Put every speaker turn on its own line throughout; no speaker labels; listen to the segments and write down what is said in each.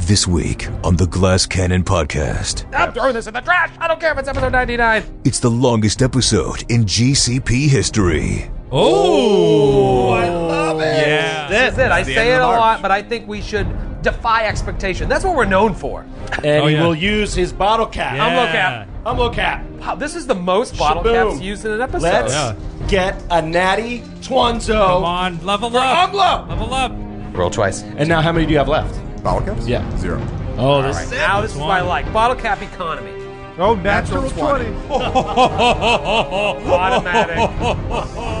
This week on the Glass Cannon Podcast.
I'm throwing this in the trash. I don't care if it's episode 99.
It's the longest episode in GCP history.
Oh,
I love it.
Yeah. This is it. I say it a lot, but I think we should defy expectation. That's what we're known for.
And
Oh,
he
yeah.
will use his bottle cap.
Yeah.
Umlo cap.
Humble cap.
Wow, this is the most bottle
Shaboom.
caps used in an episode.
Let's
Yeah.
get a natty Twanzo.
Come on, level up.
Humble.
Level up.
Roll twice.
And now, how many do you have left?
Bottle caps?
Yeah.
Zero.
Oh, this is
Now this is what I like. Bottle cap economy.
Oh, natural, 20.
Automatic.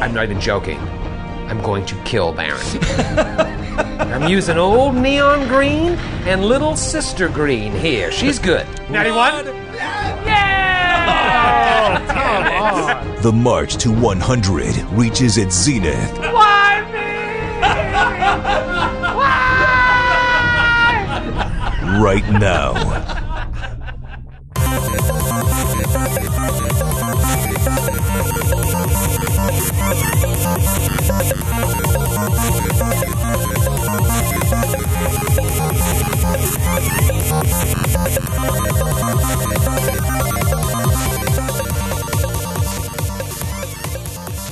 I'm not even joking. I'm going to kill Baron.
I'm using old neon green and little sister green here. She's good. 91? Yeah!
The march to 100 reaches its zenith
Why me?
right now.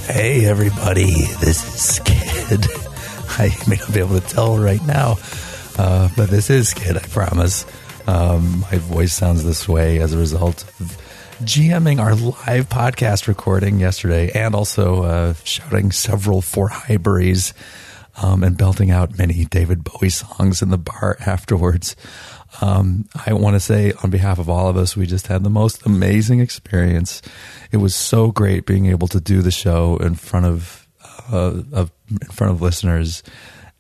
Hey, everybody, this is Kid. I may not be able to tell right now, uh, but this is Kid, I promise. Um, my voice sounds this way as a result of GMing our live podcast recording yesterday and also uh, shouting several four hybrids um, and belting out many David Bowie songs in the bar afterwards. Um, I want to say on behalf of all of us, we just had the most amazing experience. It was so great being able to do the show in front of, uh, of in front of listeners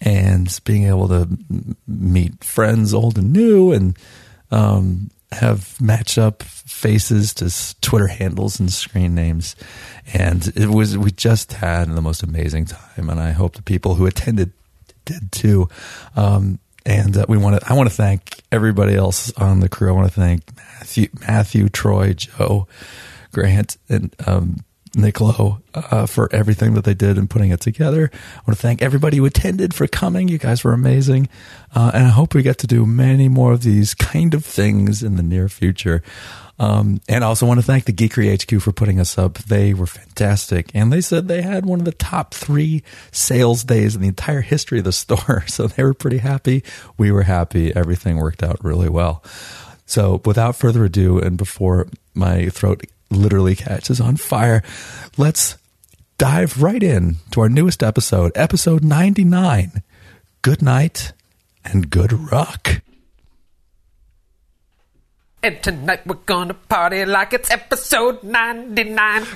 and being able to m- meet friends old and new and um, have match up faces to s- Twitter handles and screen names. And it was, we just had the most amazing time. And I hope the people who attended did too. Um, and uh, we want to, I want to thank everybody else on the crew. I want to thank Matthew, Matthew, Troy, Joe, Grant, and, um, Niccolo, uh, for everything that they did and putting it together. I want to thank everybody who attended for coming. You guys were amazing. Uh, and I hope we get to do many more of these kind of things in the near future. Um, and I also want to thank the Geekery HQ for putting us up. They were fantastic. And they said they had one of the top three sales days in the entire history of the store. So they were pretty happy. We were happy. Everything worked out really well. So without further ado, and before my throat literally catches on fire, let's dive right in to our newest episode, episode 99. Good night and good rock.
And tonight we're gonna party like it's episode 99.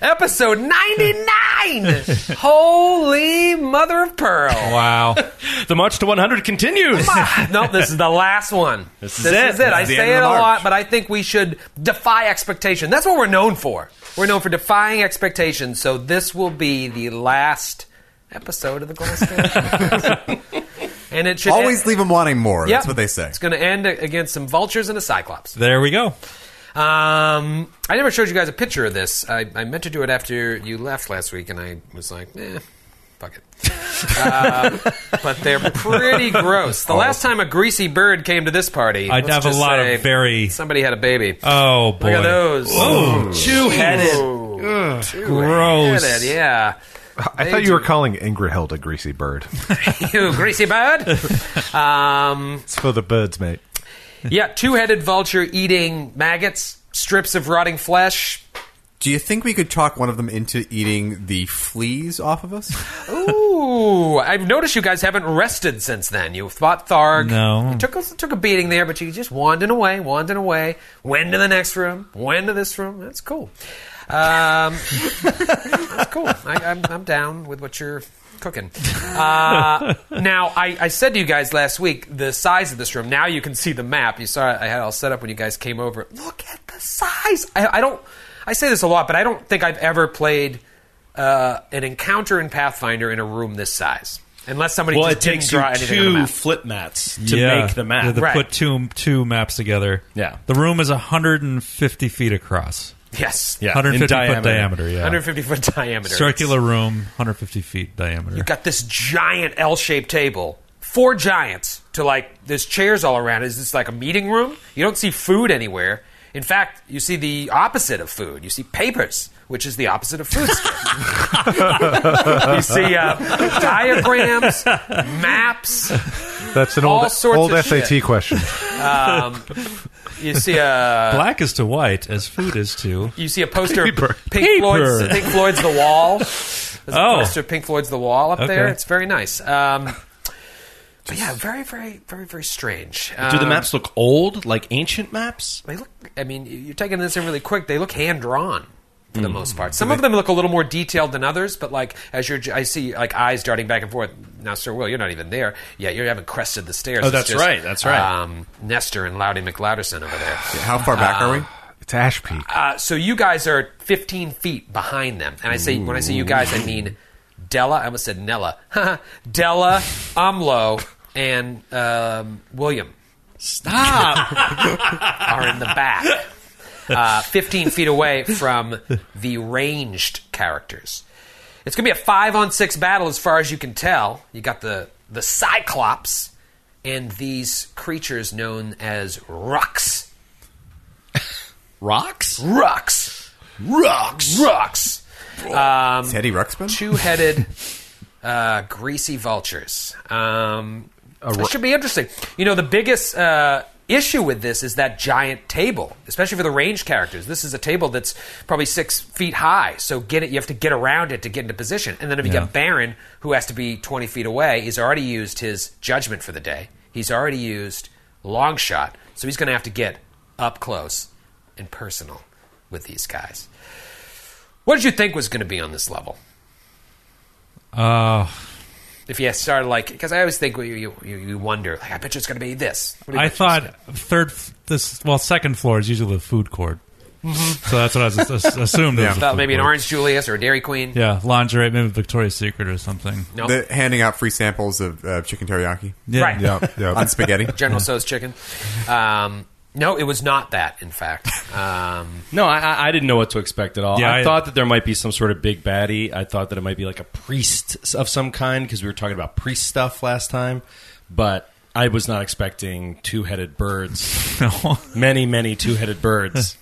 episode 99! Holy mother of pearl.
Wow. the march to 100 continues.
Nope, this is the last one. This
is it. This
I
is the
say
end
it a
of the
lot,
march.
but I think we should defy expectation. That's what we're known for. We're known for defying expectations, so this will be the last episode of the Glass Cannon. And it should
Always
end-
leave them wanting more.
Yep.
That's what they say.
It's going to end against some vultures and a cyclops.
there we go.
Um, I never showed you guys a picture of this. I, I meant to do it after you left last week, and I was like, eh, fuck it. uh, but they're pretty gross. The last time a greasy bird came to this party,
I'd
let's
have a
just
lot of
say
very-
Somebody had a baby.
Oh, boy.
Look at those.
Oh, two-headed.
Look
Gross.
at it, yeah.
I thought you were calling Ingrahilda a greasy bird.
You greasy bird. Um,
It's for the birds, mate.
yeah, two-headed vulture eating maggots, strips of rotting flesh.
Do you think we could talk one of them into eating the fleas off of us?
Ooh, I've noticed you guys haven't rested since then. You fought Tharg.
No.
You took a, took a beating there, but you just wandering away, wandering away. Went to the next room, went to this room. That's cool. Um, that's cool. I, I'm, I'm down with what you're cooking. Uh, now, I, I said to you guys last week the size of this room. Now you can see the map. You saw it, I had it all set up when you guys came over. Look at the size. I, I don't. I say this a lot, but I don't think I've ever played uh, an encounter in Pathfinder in a room this size, unless somebody
Well,
just
it takes you
didn't draw anything on the
two
map.
flip mats to
Yeah.
make the
Yeah,
map.
to
Right.
put two, two maps together.
Yeah.
The room is 150 feet across.
Yes.
Yeah, in
150 foot
diameter.
diameter. Yeah.
150 foot diameter.
Circular room, 150 feet diameter.
You've got this giant L shaped table. Four giants to like, there's chairs all around. Is this like a meeting room? You don't see food anywhere. In fact, you see the opposite of food. You see papers, which is the opposite of food. you see uh, diagrams, maps.
That's an
All
old
sorts
old
of
SAT
shit.
question.
Um, you see a
Black is to white as food is to.
you see a poster
Paper.
of Pink
Paper.
Floyd's Pink Floyd's The Wall. There's a
Oh.
poster of Pink Floyd's The Wall up there.
Okay.
It's very nice. Um, but yeah, very, very, very, very strange.
Do the
Um,
maps look old, like ancient maps?
They look. I mean, you're taking this in really quick. They look hand drawn for the
Mm-hmm.
most part. Some of them look a little more detailed than others, but like as you're, I see like eyes darting back and forth. Now, Sir Will, you're not even there. Yeah, you haven't crested the stairs.
Oh,
It's
that's right, that's right.
Um, Nestor and Loudy McLouderson over there.
How far back are we?
It's Ash Peak.
Uh, so you guys are 15 feet behind them, and I say when I say you guys, I mean Della. I almost said Nella. Della, Umlo, and um, William
Stop.
are in the back, uh, 15 feet away from the ranged characters. It's going to be a five on six battle, as far as you can tell. You got the the Cyclops and these creatures known as Rucks.
Rocks?
Rucks.
Rocks.
Rucks. Um,
Teddy Ruxpin?
two-headed uh, greasy vultures. Um, it should be interesting. You know, the biggest uh, issue with this is that giant table, especially for the range characters. This is a table that's probably six feet high, so get it. You have to get around it to get into position. And then if you
Yeah.
got Baron, who has to be twenty feet away, he's already used his judgment for the day. He's already used long shot, so he's going to have to get up close and personal with these guys. What did you think was going to be on this level?
Uh,
if you started like because I always think you you, you you wonder like I bet you it's going to be this. What do you
I
bet you it's
thought third, f- this well, second floor is usually the food court. So that's what I was ass- assumed. yeah,
gonna be? Thought maybe an Orange Julius or a Dairy Queen.
Yeah, lingerie, maybe Victoria's Secret or something.
No,
The, handing out free samples of uh, chicken teriyaki
Yeah.
Right.
Yeah, yeah.
on spaghetti.
General So's chicken. Um, no, it was not that. In fact, um,
No, I- I, I didn't know what to expect at all.
Yeah,
I,
I-
thought that there might be some sort of big baddie. I thought that it might be like a priest of some kind because we were talking about priest stuff last time. But I was not expecting two headed birds.
No.
many, many two headed birds.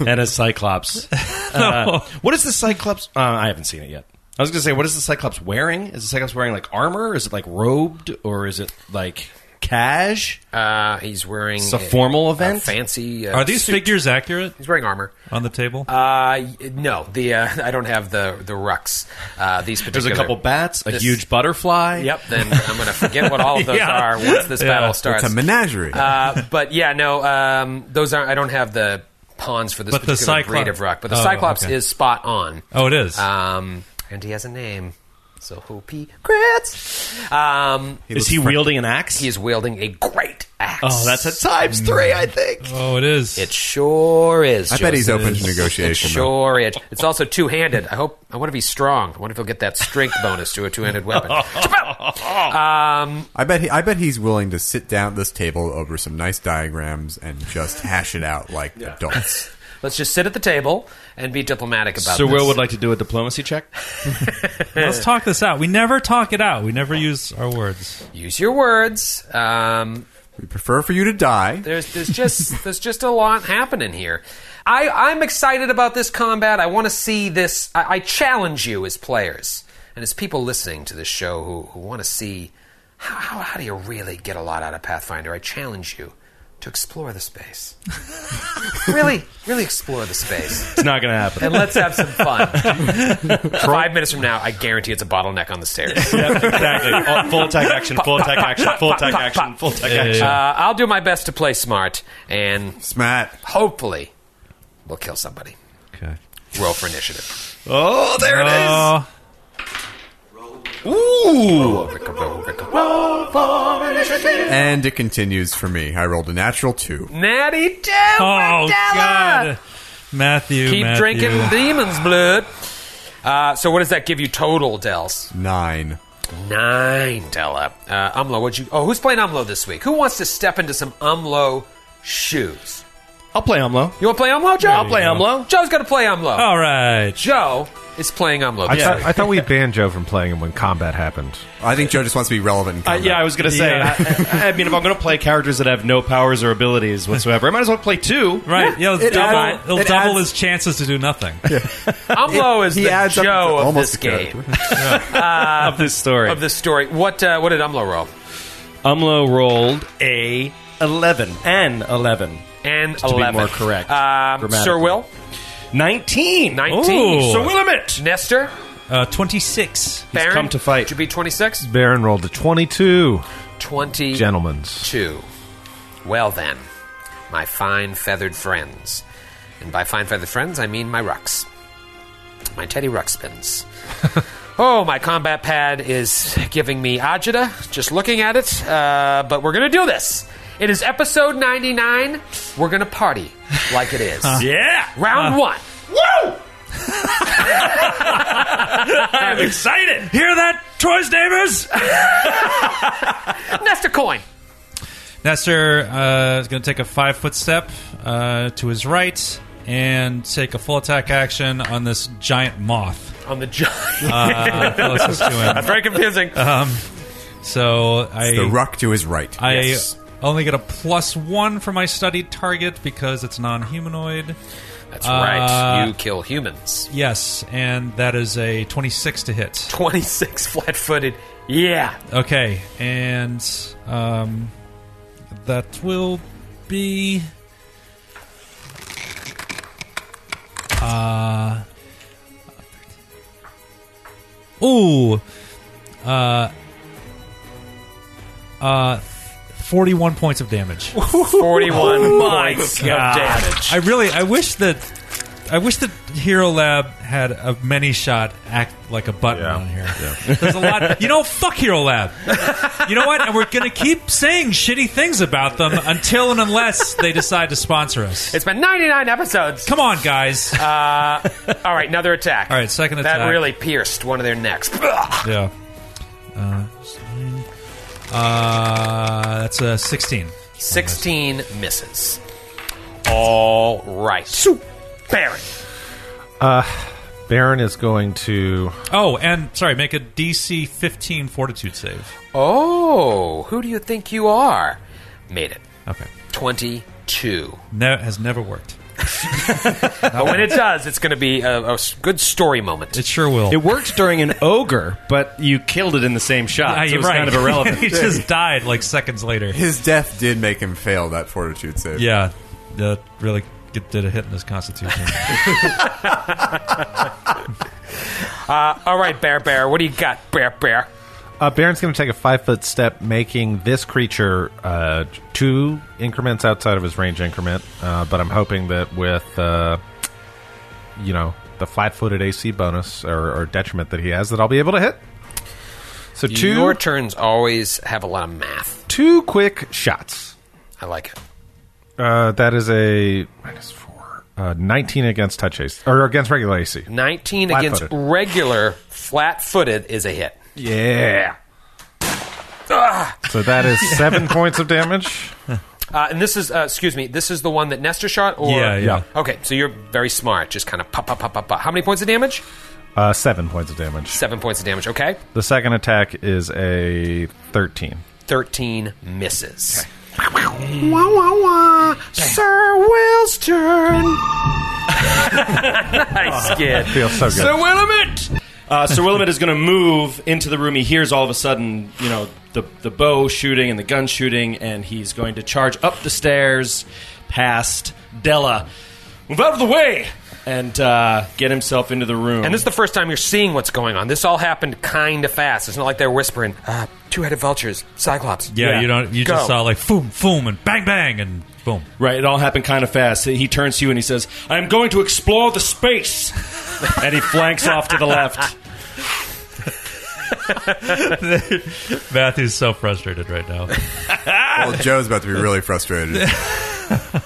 and a cyclops. Uh, what is the cyclops? Uh, I haven't seen it yet. I was going to say, what is the cyclops wearing? Is the cyclops wearing like armor? Is it like robed or is it like cash?
uh, he's wearing
It's a formal
a
event?
fancy. Uh,
Are these
suit.
figures accurate
He's wearing armor.
on the table?
Uh, y- no, the uh, I don't have the the rucks. Uh, these
There's
particular.
a couple bats, a
This-
huge butterfly.
Yep. Then I'm going to forget what all of those
Yeah.
are once this
Yeah.
battle starts.
It's a menagerie.
Uh, but yeah, no, um, those aren't. I don't have the pawns for this
But the
particular
Cyclo-
breed of rock. But the
Oh,
Cyclops
okay.
is spot on.
oh, it is.
Um, and he has a name. So hope he crits. Um,
Is he wielding an axe?
he is wielding a great axe.
Oh, that's a times three, I think.
oh, it is.
It sure is.
I bet he's open to
It
negotiation. though.
sure is. It's also two handed. I hope. I wonder if he's strong. I wonder if he'll get that strength bonus to a two handed weapon.
I bet he, I bet he's willing to sit down at this table over some nice diagrams and just hash it out like adults.
Let's just sit at the table and be diplomatic about
Sir
this.
Will would like to do a diplomacy check.
Let's talk this out. We never talk it out. We never use our words.
Use your words. Um,
We prefer for you to die.
There's there's just there's just a lot happening here. I I'm excited about this combat. I want to see this. I, I challenge you as players and as people listening to this show who who want to see how, how how do you really get a lot out of Pathfinder. I challenge you to explore the space. really, really explore the space.
It's not going to happen.
And let's have some fun. Five minutes from now, I guarantee it's a bottleneck on the stairs.
exactly. Oh, full attack action, full attack action, full attack action, full attack action.
Uh, I'll do my best to play smart, and
Smat.
hopefully, we'll kill somebody.
Okay.
Roll for initiative.
Oh, there it is.
Oh,
And it continues for me. I rolled a natural two.
Natty two.
oh
Mandela!
God. Matthew.
Keep
Matthew.
drinking demon's blood. Uh, so what does that give you total, Dels?
Nine.
Nine, Della. Uh, Umlo, what'd you? Oh, who's playing Umlo this week? Who wants to step into some Umlo shoes?
I'll play Umlo.
You want to play Umlo, Joe?
I'll play Umlo.
Joe's going to play Umlo.
Oh.
All right.
Joe is playing Umlo.
I,
this
thought,
week.
I thought we banned Joe from playing him when combat happened.
I think Joe just wants to be relevant. in
Uh,
combat.
yeah, I was gonna say.
Yeah.
I, I- I mean, if I'm gonna play characters that have no powers or abilities whatsoever, I might as well play two.
Right. Yeah, it'll
It
double,
adds-
it'll
it
double
adds-
his chances to do nothing.
Umlo is
He
the
adds up
Joe of
almost
this
the character.
game,
of this story.
of this story. What uh, what did Umlo roll?
Umlo rolled a eleven and eleven.
And
To be
11.
more correct,
Um,
grammatically.
Sir Will,
19.
19.
Ooh.
Sir Willamette.
Nestor,
Uh, 26.
Baron.
come to fight.
Did you beat 26?
Baron rolled a 22.
20.
Gentlemen's.
two. Well then, my fine feathered friends, and by fine feathered friends I mean my rucks, my teddy ruckspins. oh, my combat pad is giving me agita just looking at it. Uh, but we're gonna do this. It is episode ninety nine. We're gonna party like it is.
Yeah.
Round one.
Woo! I'm excited.
Hear that, Troy's neighbors?
Nest a coin.
Nestor uh, is going to take a five foot step uh, to his right and take a full attack action on this giant moth.
On the giant.
Uh, closest to him.
Very confusing.
Uh-huh. So I,
The ruck to his right.
I
Yes.
only get a plus one for my studied target because it's non humanoid.
That's right.
uh,
You kill humans.
Yes, and that is a 26 to hit.
26 flat footed. Yeah.
Okay, and um, that will be. Uh, uh, ooh, uh, uh, forty-one points of damage.
41 points of
Oh God.
damage.
I really, I wish that, I wish that Hero Lab had a many shot act like a button
Yeah.
on here. There's a lot. You know, fuck Hero Lab. You know what? And we're gonna keep saying shitty things about them until and unless they decide to sponsor us.
It's been 99 episodes.
Come on, guys.
Uh,
All right, another attack.
All right, second attack.
That really pierced one of their necks. Ugh.
yeah. Uh, uh, that's a sixteen.
16 misses. All right. Soup. Baron.
Baron is going to.
Oh, and sorry, make a DC 15 Fortitude save.
Oh, who do you think you are? Made it.
Okay,
22.
no, has never worked.
But when it does, it's going to be a, a s- good story moment.
It sure will.
It worked during an ogre, but you killed it in the same shot.
Ah,
so
you're
it's kind of
he
irrelevant.
just died like seconds later.
His death did make him fail that fortitude save.
Yeah, that really get- did a hit in his constitution.
All right, Bear Bear, what do you got, Bear Bear?
Uh, Baron's going to take a five foot step, making this creature uh, two increments outside of his range increment. Uh, but I'm hoping that with, uh, you know, the flat footed AC bonus or, or detriment that he has, that I'll be able to hit. So two,
Your turns always have a lot of math.
two quick shots.
I like it.
Uh, that is a minus four, uh, 19 against touch AC or against regular AC.
19 against
Flat-footed.
regular flat footed is a hit.
Yeah. So that is seven points of damage.
Uh, and this is, uh, excuse me, this is the one that Nestor shot? Or?
Yeah, yeah.
Okay, so you're very smart. Just kind of pop, pop, pop, pop, pop. How many points of damage?
Uh, seven points of damage.
Seven points of damage. Okay.
The second attack is a 13.
13 misses. Wah, wah, wah. Sir Will's turn. nice kid.
Feels so good.
Sir Willamette! Uh, Sir Willamette is going to move into the room. He hears all of a sudden, you know, the, the bow shooting and the gun shooting, and he's going to charge up the stairs past Della. Move out of the way! And uh, get himself into the room.
And this is the first time you're seeing what's going on. This all happened kind of fast. It's not like they're whispering, uh, two headed vultures, cyclops.
yeah, you don't. You just
Go.
saw like boom, boom, and bang, bang, and boom.
Right, it all happened kind of fast. He turns to you and he says, I am going to explore the space. and he flanks off to the left.
Matthew's so frustrated right now.
Well, Joe's about to be really frustrated.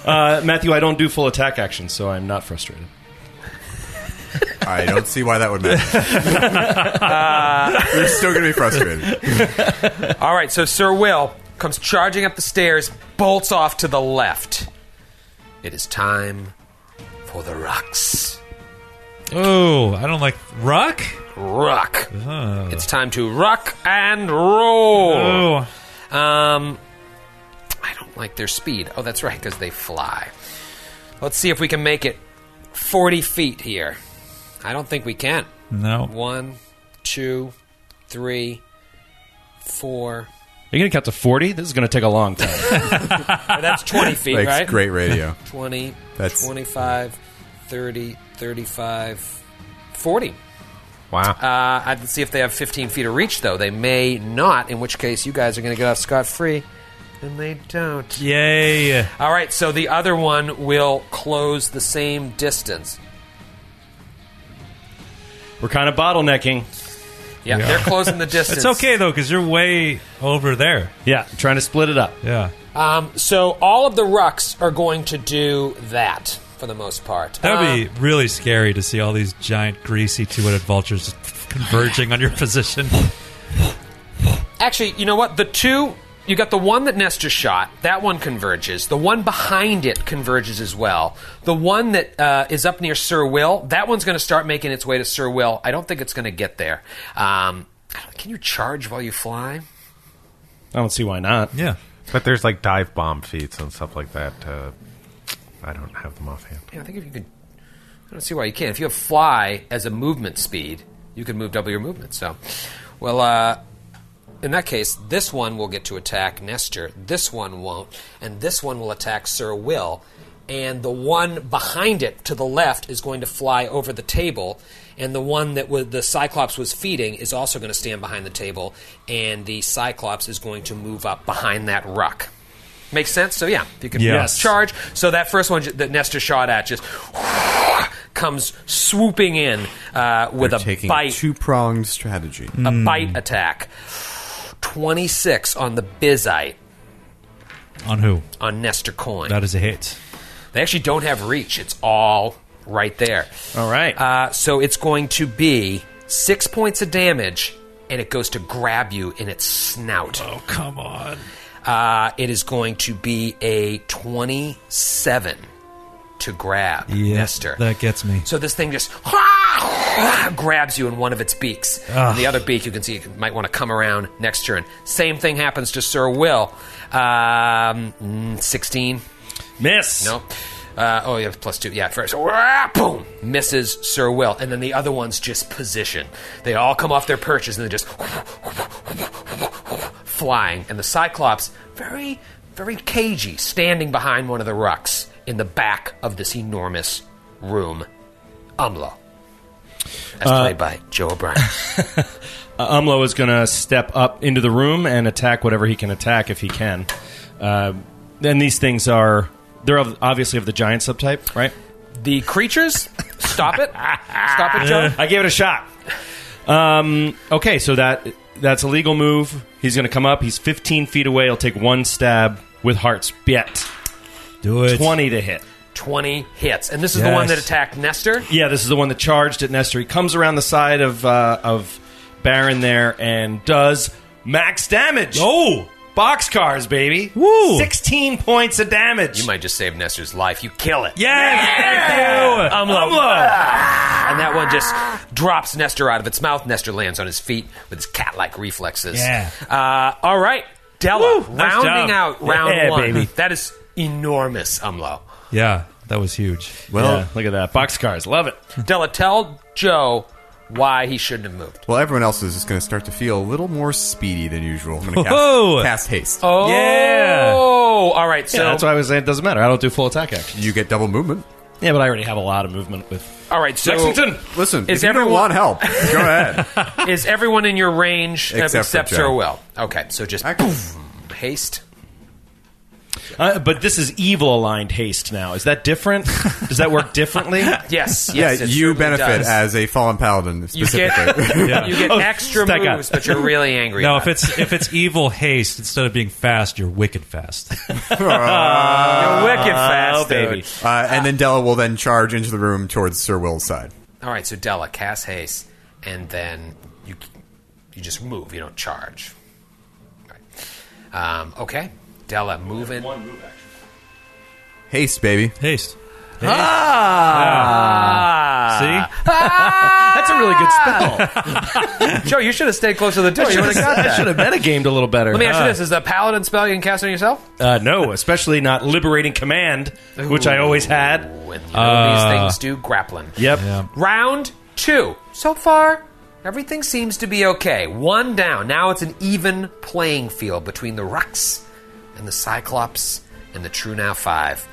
Uh, Matthew, I don't do full attack actions, so I'm not frustrated.
I don't see why that would matter.
Uh,
We're still going to be frustrated.
All right, so Sir Will comes charging up the stairs, bolts off to the left. It is time for the rocks.
Oh, I don't like rock.
Rock. It's time to rock and roll.
Oh,
Um, I don't like their speed. Oh, that's right, because they fly. Let's see if we can make it 40 feet here. I don't think we can.
no.
One, two, three, four.
Are you going to count to 40? This is going to take a long time.
Oh, that's 20 feet,
Like,
right?
great radio.
20,
That's-
25, 30, 35, 40.
Wow.
Uh, I'd see if they have 15 feet of reach, though. They may not, in which case you guys are going to get off scot free. And they don't.
Yay.
All right, so the other one will close the same distance.
We're kind of bottlenecking.
Yeah, they're closing the distance.
It's okay though, because you're way over there.
Yeah, trying to split it up.
Yeah.
Um, so all of the rucks are going to do that for the most part.
That would be really scary to see all these giant, greasy, two-headed vultures converging on your position.
Actually, you know what? The two. You got the one that Nestor shot. That one converges. The one behind it converges as well. The one that uh, is up near Sir Will, that one's going to start making its way to Sir Will. I don't think it's going to get there. Um, I don't- can you charge while you fly?
I don't see why not.
Yeah.
But there's like dive bomb feats and stuff like that. Uh, I don't have them offhand.
Yeah, I think if you could. I don't see why you can't. If you have fly as a movement speed, you can move double your movement. So, well, uh, in that case, this one will get to attack Nestor, this one won't, and this one will attack Sir Will, and the one behind it to the left is going to fly over the table, and the one that wa- the Cyclops was feeding is also going to stand behind the table, and the Cyclops is going to move up behind that ruck. Makes sense? So, yeah, if you can
Yes.
charge. So, that first one ju- that Nestor shot at just comes swooping in uh, with
They're
a
taking
bite
two pronged strategy.
a bite attack. 26 on the Bizite
On who?
on Nestor Coin.
That is a hit.
they actually don't have reach. It's all right there.
All right.
Uh, so it's going to be six points of damage, and it goes to grab you in its snout.
Oh come on.
Uh, it is going to be a 27 to grab Nestor.
That gets me.
So this thing just grabs you in one of its beaks. And the other beak, you can see, it might want to come around next turn. Same thing happens to Sir Will. Um, mm, 16.
Miss.
No. Uh, oh, yeah, plus two. Yeah, first. Wah, Boom! Misses Sir Will. And then the other one's just position. They all come off their perches and they're just flying. And the Cyclops, very, very cagey, standing behind one of the rucks in the back of this enormous room. Umlo. As played by Joe O'Brien.
Uh, Umlo is going to step up into the room and attack whatever he can attack if he can. Uh, and these things are. They're of- obviously of the giant subtype, right?
the creatures? Stop it. Stop it, Joe.
I gave it a shot. Um, okay, so that that's a legal move. He's going to come up. He's 15 feet away. He'll take one stab with Heart's Bit.
Do it.
20 to hit.
20 hits. And this is the one that
Yes.
attacked Nestor.
Yeah, this is the one that charged at Nestor. He comes around the side of uh, of Baron there and does max damage.
Oh.
boxcars, baby!
Woo.
Sixteen points of damage.
You might just save Nestor's life. You kill it.
Yes. Thank you.
I'm low. And that one just drops Nestor out of its mouth. Nestor lands on his feet with his cat like reflexes.
Yeah.
Uh, all right. Della,
Woo, nice
rounding
job.
out round
Yeah,
one.
baby.
That is enormous, Umlo.
Yeah, that was huge.
Well,
Yeah, look at that boxcars. Love it.
Della, tell Joe why he shouldn't have moved.
well, everyone else is just going to start to feel a little more speedy than usual. I'm going to
Whoa.
cast, cast haste.
Oh.
Yeah.
All right. So,
yeah, that's why I was saying it doesn't matter. I don't do full attack action.
You get double movement.
Yeah, but I already have a lot of movement with
all right. So,
Lexington.
Listen,
Is
if you
everyone-
don't want help, go ahead.
is everyone in your range
Except for
except, except Sir
Joe.
Will? Okay. So just
Actually-
boom, haste.
Uh, but this is evil aligned haste now. Is that different? Does that work differently?
Yes.
yeah,
yes it
you
certainly
benefit
does.
as a fallen paladin
You get,
specifically.
Yeah.
you get extra
stuck up.
moves, but you're really angry.
No,
about
if it's if it's evil haste instead of being fast, you're wicked fast.
it. You're wicked fast,
oh,
dude.
baby.
uh, and then Della will then charge into the room towards Sir Will's side.
All right, so Della, cast haste, and then you you just move. You don't charge. Right. Um, okay, Della, move in. One move
Haste, baby.
Haste.
Ah.
See?
That's a really good spell.
Joe, you should have stayed close to the door. You would have got
I should
that.
have metagamed a little better.
Let me ask you this: Is the paladin spell you can cast on yourself?
Uh, no, especially not liberating command, which I always had. Uh.
When you know these things do grappling.
Yep.
Round two. So far, everything seems to be okay. One down. Now it's an even playing field between the Rux and the Cyclops and the True Now Five.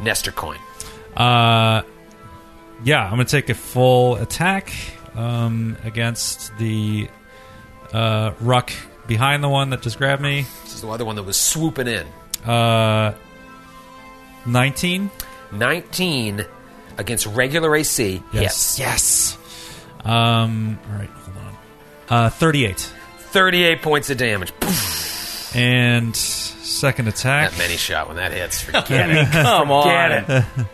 Nestor coin.
Uh, yeah, I'm going to take a full attack um, against the uh, ruck behind the one that just grabbed me.
This is the other one that was swooping in.
Uh, 19.
19 against regular AC.
Yes. Yes. Um, all right, hold on. Uh, 38.
38 points of damage.
And second attack.
That many shot when that hits. Forget it.
Come on.
Forget it.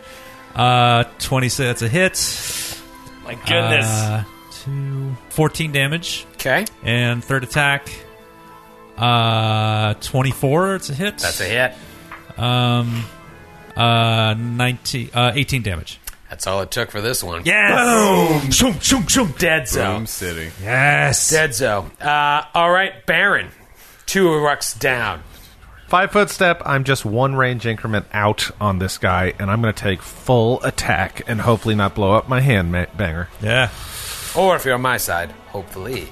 Uh, 26. That's a hit.
My goodness.
Uh, two, 14 damage.
Okay.
And third attack. Uh, 24. It's a hit.
That's a hit.
Um, uh, 19, uh, 18 damage.
That's all it took for this one.
Yes. Boom. Shoom, shoom, shoom.
Dead zone.
Boom City.
Yes.
Dead zone. Uh, all right, Baron. Two Uruks down.
Five foot step. I'm just one range increment out on this guy, and I'm going to take full attack and hopefully not blow up my hand ma- banger.
Yeah.
Or if you're on my side, hopefully.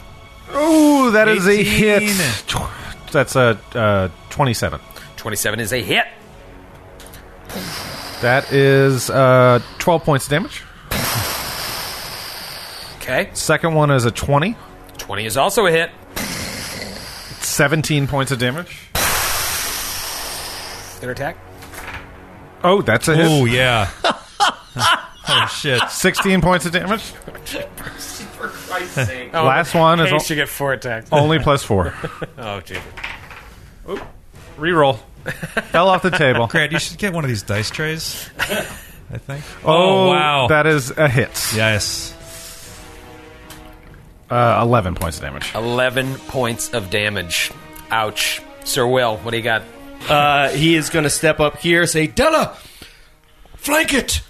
Ooh, that is a hit.
18.
Tw- That's a uh, 27.
27 is a hit.
That is uh, 12 points of damage.
Okay.
Second one is a 20.
20 is also a hit.
17 points of damage.
Third attack.
Oh, that's a hit.
Oh, yeah. oh, shit.
16 points of damage.
Oh,
Last one is
Hey,
o-
you get four attacks.
only plus four.
Oh, Jesus.
Reroll. Fell off the table.
Grant, you should get one of these dice trays, I think.
Oh,
wow.
That is a hit.
yes.
Uh, 11 points of damage.
11 points of damage. Ouch. Sir Will, what do you got?
Uh, he is going to step up here, say, Della, flank it.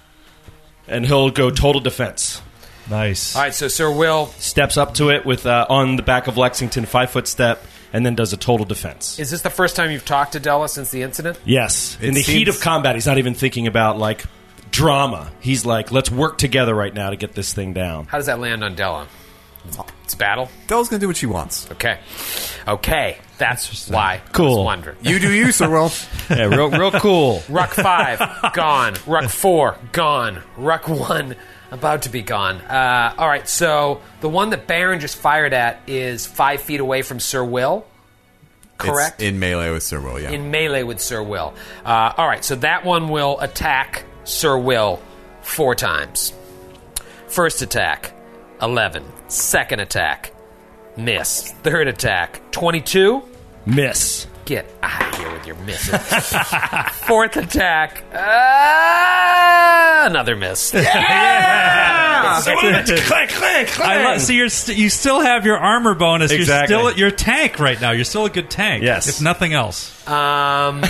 And he'll go total defense.
Nice.
All right, so Sir Will,
Steps up to it with uh, on the back of Lexington, five foot step, and then does a total defense.
is this the first time you've talked to Della since the incident?
yes. In
It
the heat
seems-
of combat, he's not even thinking about, like, drama. He's like, let's work together right now to get this thing down.
How does that land on Della? It's battle?
Dell's gonna do what she wants.
Okay. Okay. That's why. I
Cool.
was wondering.
You do you, Sir Will.
Yeah, real, real cool.
Ruck 5, gone. Ruck 4, gone. Ruck 1, about to be gone. Uh, all right, so the one that Baron just fired at is five feet away from Sir Will, correct?
It's in melee with Sir Will, yeah.
in melee with Sir Will. Uh, all right, so that one will attack Sir Will four times. First attack, 11. Second attack, miss. Third attack, 22.
Miss.
Get out of here with your misses. Fourth attack, ah, another miss. Ah.
clank, clank, clank.
I love, see, you're st- you still have your armor bonus.
Exactly.
You're still you're a tank right now. You're still a good tank.
Yes.
If nothing else.
Um,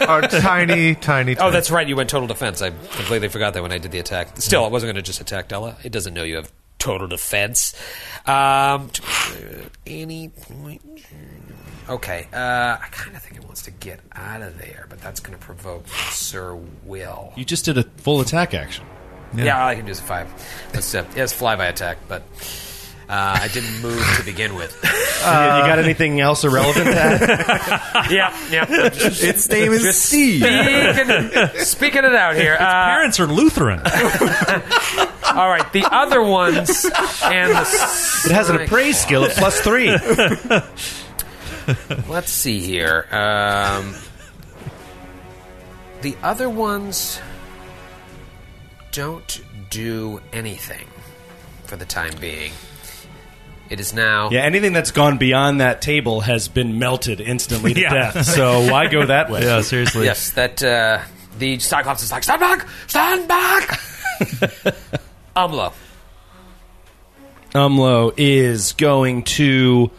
A tiny, tiny, tiny.
oh, that's right. You went total defense. I completely forgot that when I did the attack. Still, I wasn't going to just attack Della. It doesn't know you have total defense. Um, t- uh, any point. Okay. Uh, I kind of think it wants to get out of there, but that's going to provoke Sir Will.
You just did a full attack action.
Yeah, all I can do is a five. That's uh, yeah, it's flyby attack, but uh, I didn't move to begin with.
you got anything else irrelevant?
yeah, yeah. Just
Its name is Steve.
speaking, speaking it out here. Uh,
Parents are Lutheran.
all right, the other ones and the.
it has an appraise skill at plus three.
Let's see here. Um, the other ones don't do anything for the time being. It is now.
Yeah, anything that's gone beyond that table has been melted instantly to
Yeah.
death. So why go that way?
yeah, seriously.
Yes, that uh, the Cyclops is like, stand back, stand back. Umlo.
Umlo is going to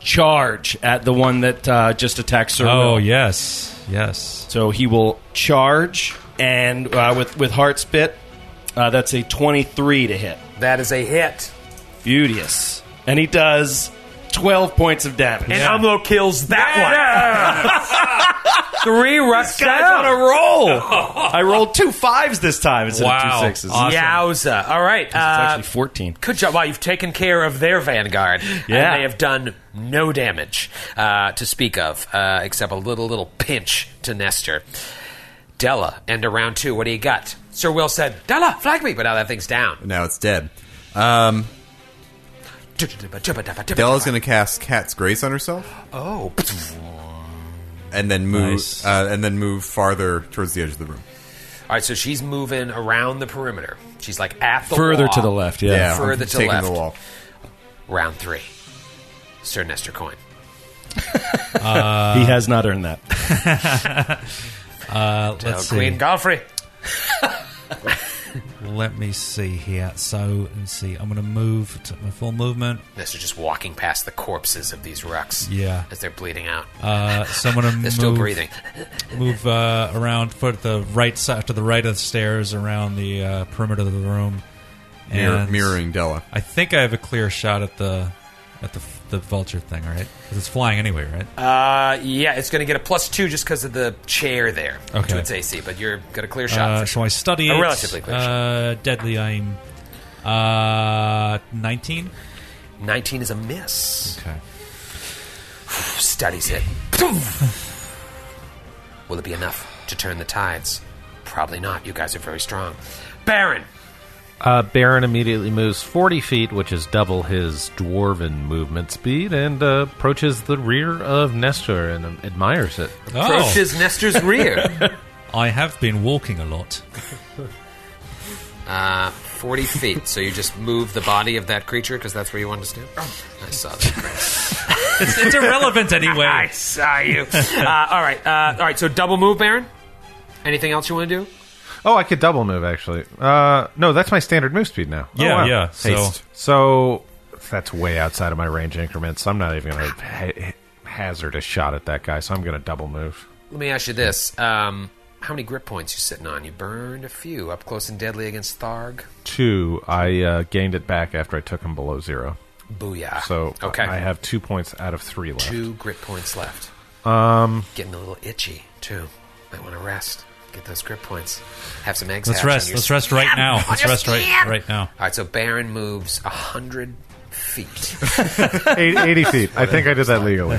charge at the one that uh, just attacked Sir.
Oh,
Will.
yes. Yes.
So he will charge and uh, with with heart spit. Uh, that's a twenty-three to hit.
That is a hit.
Beauteous, and he does twelve points of damage.
And Umlo kills that one. Three rucks
Guys
down.
on a roll. I rolled two fives this time instead of
Wow.
two sixes.
Awesome.
Yowza. All right.
It's
Uh,
actually fourteen.
good job. Wow, you've taken care of their vanguard.
Yeah.
And they have done no damage uh, to speak of, uh, except a little, little pinch to Nestor. Della, end of round two. What do you got? Sir Will said, Della, flag me. But now that thing's down.
Now it's dead. Um, Della's going to cast Cat's Grace on herself
Oh.
and then move
Nice.
uh, and then move farther towards the edge of the room.
All right, so she's moving around the perimeter. She's like at the
Further
wall.
to the left, yeah.
Yeah,
Further to
taking
left.
the wall.
Round three. Sir Nestor Coin.
he has not earned that.
Uh,
Oh,
let's see.
Queen Godfrey.
Let me see here. So, let me see. I'm going to move to my full movement.
Nestor just walking past the corpses of these rucks.
Yeah.
As they're bleeding out.
Uh, so I'm going to
They're
move,
still breathing.
move uh, around foot the right side to the right of the stairs around the uh, perimeter of the room.
Mirror,
And
mirroring Della.
I think I have a clear shot at the at the the vulture thing, right? 'Cause it's flying anyway, right?
Uh, yeah, it's going to get a plus two just because of the chair there
Okay.
to its AC, but you're got a clear shot.
Uh,
for
so I
sure.
study
A
it.
relatively clear shot.
uh, Deadly aim. Uh, nineteen.
19 is a miss.
Okay.
Studies it. Will it be enough to turn the tides? Probably not. You guys are very strong. Baron!
Uh, Baron immediately moves 40 feet, which is double his dwarven movement speed, and uh, approaches the rear of Nestor and um, admires it.
Oh,
Approaches Nestor's rear.
I have been walking a lot.
Uh, 40 feet. So you just move the body of that creature because that's where you wanted to stand? I saw that.
It's, it's irrelevant anyway.
saw you. uh, all right. Uh, all right. So double move, Baron. Anything else you want to do?
Oh, I could double move, actually. Uh, no, that's my standard move speed now. Oh,
Yeah,
wow.
yeah. So
Haste.
So that's way outside of my range increment, so I'm not even going to ha- hazard a shot at that guy, so I'm going to double move.
Let me ask you this. Um, how many grip points you sitting on? You burned a few up close and deadly against Tharg.
Two, I uh, gained it back after I took him below zero.
Booyah.
So
okay.
I have two points out of three left.
two grip points left. Um, Getting a little itchy, too. Might want to rest. Get those grip points. Have some eggs.
let's
hatch on
rest.
your
Let's rest right now. Let's rest right
Understand?
right now.
All right, so Baron moves 100 feet.
Eight, 80 feet. I think I did that legally.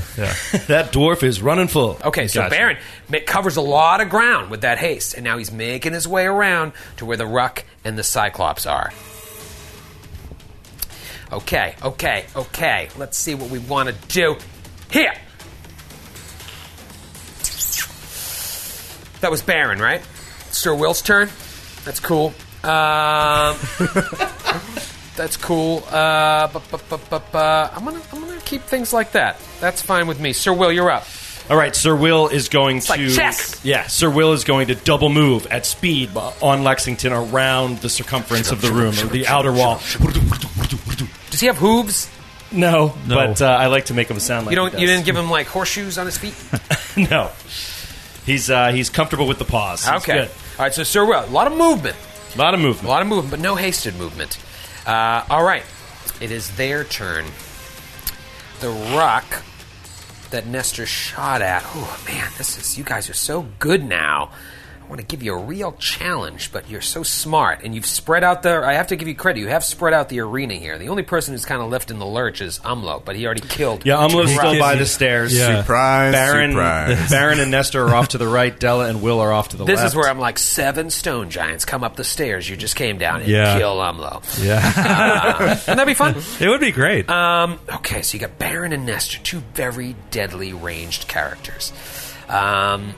That dwarf is running full.
Okay, so
Gotcha.
Baron ma- covers a lot of ground with that haste, and now he's making his way around to where the Ruck and the Cyclops are. Okay, okay, okay. Let's see what we want to do here. That was Baron, right? Sir Will's turn. That's cool. Um, that's cool. Uh, bu- bu- bu- bu- bu- I'm gonna, I'm gonna keep things like that. That's fine with me. Sir Will, you're up.
All right, Sir Will is going to
like chess.
Yeah, Sir Will is going to double move at speed bu- on Lexington around the circumference of the room or the outer wall.
Does he have hooves?
No, but uh, I like to make him sound like
You
he
don't.
does.
You didn't give him like horseshoes on his feet.
no. He's uh, he's comfortable with the pause. He's
Okay. All right. So Sir Will, a lot of movement,
good. a lot of
a
movement.
lot of movement, but no hasted movement. Uh, all right. It is their turn. The rock that Nestor shot at. Oh man, this is. You guys are so good now. I want to give you a real challenge, but you're so smart, and you've spread out the. I have to give you credit. You have spread out the arena here. The only person who's kind of left in the lurch is Umlo, but he already killed.
Yeah, Umlo's
two
still
rocks.
by the stairs.
Yeah.
Surprise,
Baron,
surprise.
Baron and Nestor are off to the right. Della and Will are off to the
This
left.
is where I'm like seven stone giants come up the stairs you just came down and
Yeah.
kill Umlo. Uh,
Yeah,
Wouldn't that be fun?
it would be great.
Um, okay, so you got Baron and Nestor, two very deadly ranged characters. Um,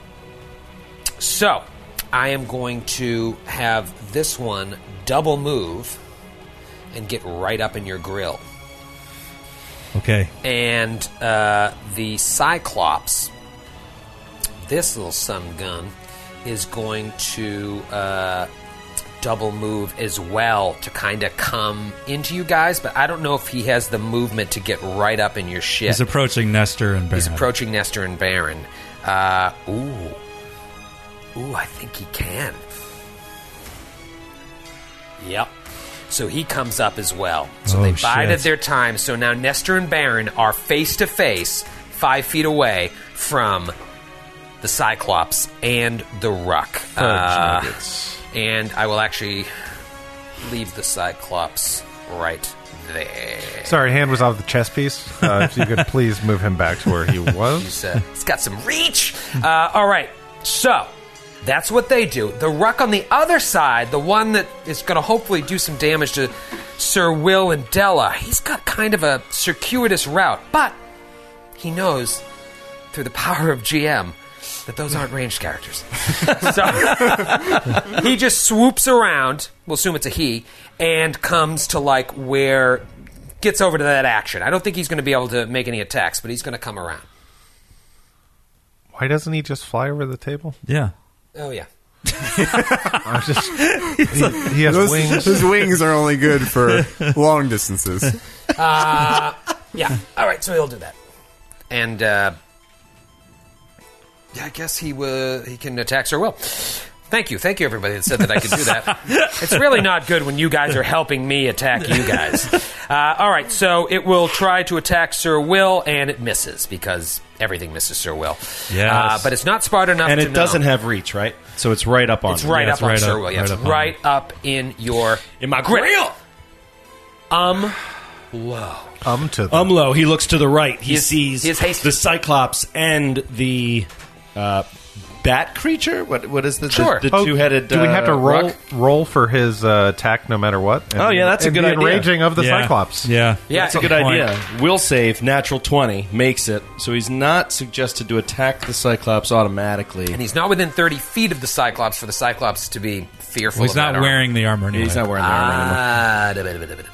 so I am going to have this one double move and get right up in your grill.
okay.
And uh, the Cyclops, this little sun gun, is going to uh, double move as well to kind of come into you guys, but I don't know if he has the movement to get right up in your shit.
He's approaching Nestor and Baron.
He's approaching Nestor and Baron. Uh, ooh. Ooh, I think he can. Yep. So he comes up as well. So
Oh,
they bided
shit.
their time. So now Nestor and Baron are face to face, five feet away from the Cyclops and the Ruck.
Oh,
Uh, and I will actually leave the Cyclops right there.
Sorry, hand was off the chess piece. Uh, if you could please move him back to where he was.
He's, uh, he's got some reach. Uh, all right, so that's what they do. The ruck on the other side, the one that is going to hopefully do some damage to Sir Will and Della, he's got kind of a circuitous route, but he knows through the power of GM that those aren't ranged characters. so he just swoops around. We'll assume it's a he, and comes to like where. Gets over to that action. I don't think he's going to be able to make any attacks, but he's going to come around.
Why doesn't he just fly over the table?
Yeah.
Oh yeah.
I'm just, he, he has
Those,
wings.
His wings are only good for long distances.
Yeah. All right. So he'll do that. And uh, yeah, I guess he will. He can attack Sir Will. Thank you, thank you, everybody that said that I could do that. it's really not good when you guys are helping me attack you guys. Uh, all right, so it will try to attack Sir Will, and it misses because everything misses Sir Will.
Yes.
uh, but it's not smart enough.
And
to
it doesn't
know.
have reach, right? So it's right up on.
It's
him.
right
yeah,
up
it's
on
right
Sir
up-
Will. Yeah,
right
it's
up on
right up in your
in my grill.
um.
Um, to the,
Umlo, he looks to the right. He
He's-
sees
he is hasty.
the Cyclops and the uh, bat creature. What what is the
Sure.
the, uh,
Oh,
two headed?
Do we have to roll roll for his uh, attack no matter what? And-
Oh, yeah, that's a
and
good
the
idea.
enraging of the
yeah.
Cyclops.
Yeah.
Yeah,
That's a good
point.
idea. Will save natural twenty makes it so he's not suggested to attack the Cyclops automatically.
And he's not within thirty feet of the Cyclops for the Cyclops to be fearful.
Well, he's
of
not
that armor.
wearing the armor anyway.
He's not wearing the armor anymore.
Ah, da- da- da- da- da- da-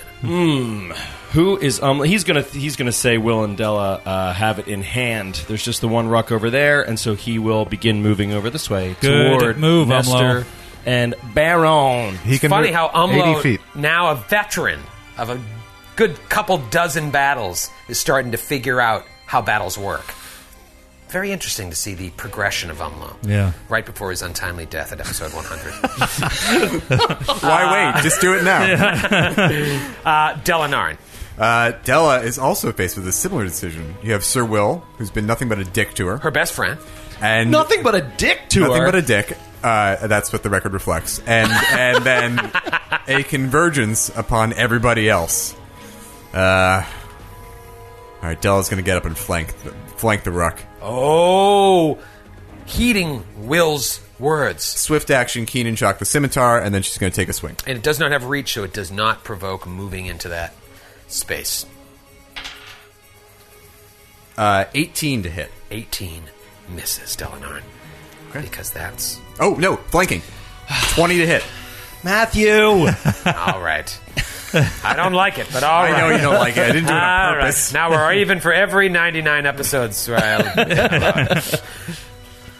Who is um? He's gonna he's gonna say Will and Della uh, have it in hand. There's just the one ruck over there, and so he will begin moving over this way
Good
toward
move,
Nestor
Umlo.
and Baron.
He
It's funny
move
how Umlo,
80 feet.
now a veteran of a good couple dozen battles, is starting to figure out how battles work. Very interesting to see the progression of Umlo.
Yeah.
Right before his untimely death at episode 100.
Why wait? Just do it now.
uh, Delanarn.
Uh, Della is also faced with a similar decision. You have Sir Will, who's been nothing but a dick to her,
Her best friend.
and
Nothing but a dick to
nothing
her.
but a dick. Uh, that's what the record reflects, and and then a convergence upon everybody else. Uh, all right, Della's going to get up and flank the, flank the ruck.
Oh, heeding Will's words.
Swift action, Keenan shock the scimitar, and then she's going to take a swing.
And it does not have reach, so it does not provoke moving into that space.
Uh, Eighteen to hit.
18 misses Delanarn. Because that's.
Oh no, flanking. Twenty to hit.
Matthew.
All right. I don't like it, but all right.
I know you don't like it. I didn't do it on
All right.
purpose.
Now we're even for every 99 episodes. where I'll-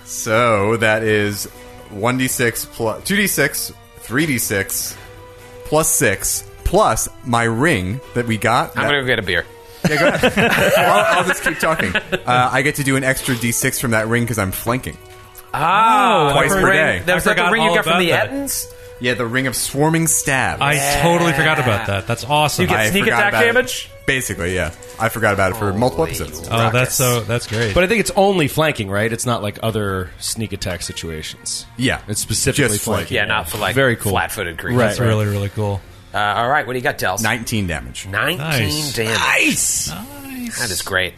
So that is 1d6 plus 2d6, 3d6 plus 6 plus my ring that we got.
I'm
That-
going to go get a beer.
I'll, I'll just keep talking. Uh, I get to do an extra d6 from that ring because I'm flanking.
Oh,
Twice per day.
That was
I
like the
forgot
ring you
all
got from
about
the
that.
Ettons?
Yeah, the ring of swarming stab.
I totally forgot about that. That's awesome.
You get sneak attack damage?
Basically, yeah. I forgot about it for multiple
Holy
episodes.
oh, that's so that's great.
but I think it's only flanking, right? It's not like other sneak attack situations.
Yeah.
it's specifically
Just
flanking.
flanking.
Yeah, not for like
very cool.
flat footed creatures.
Right,
that's really really cool.
Uh, all right, what do you got, Dels?
19 damage.
19
Nice.
damage.
Nice.
That is great.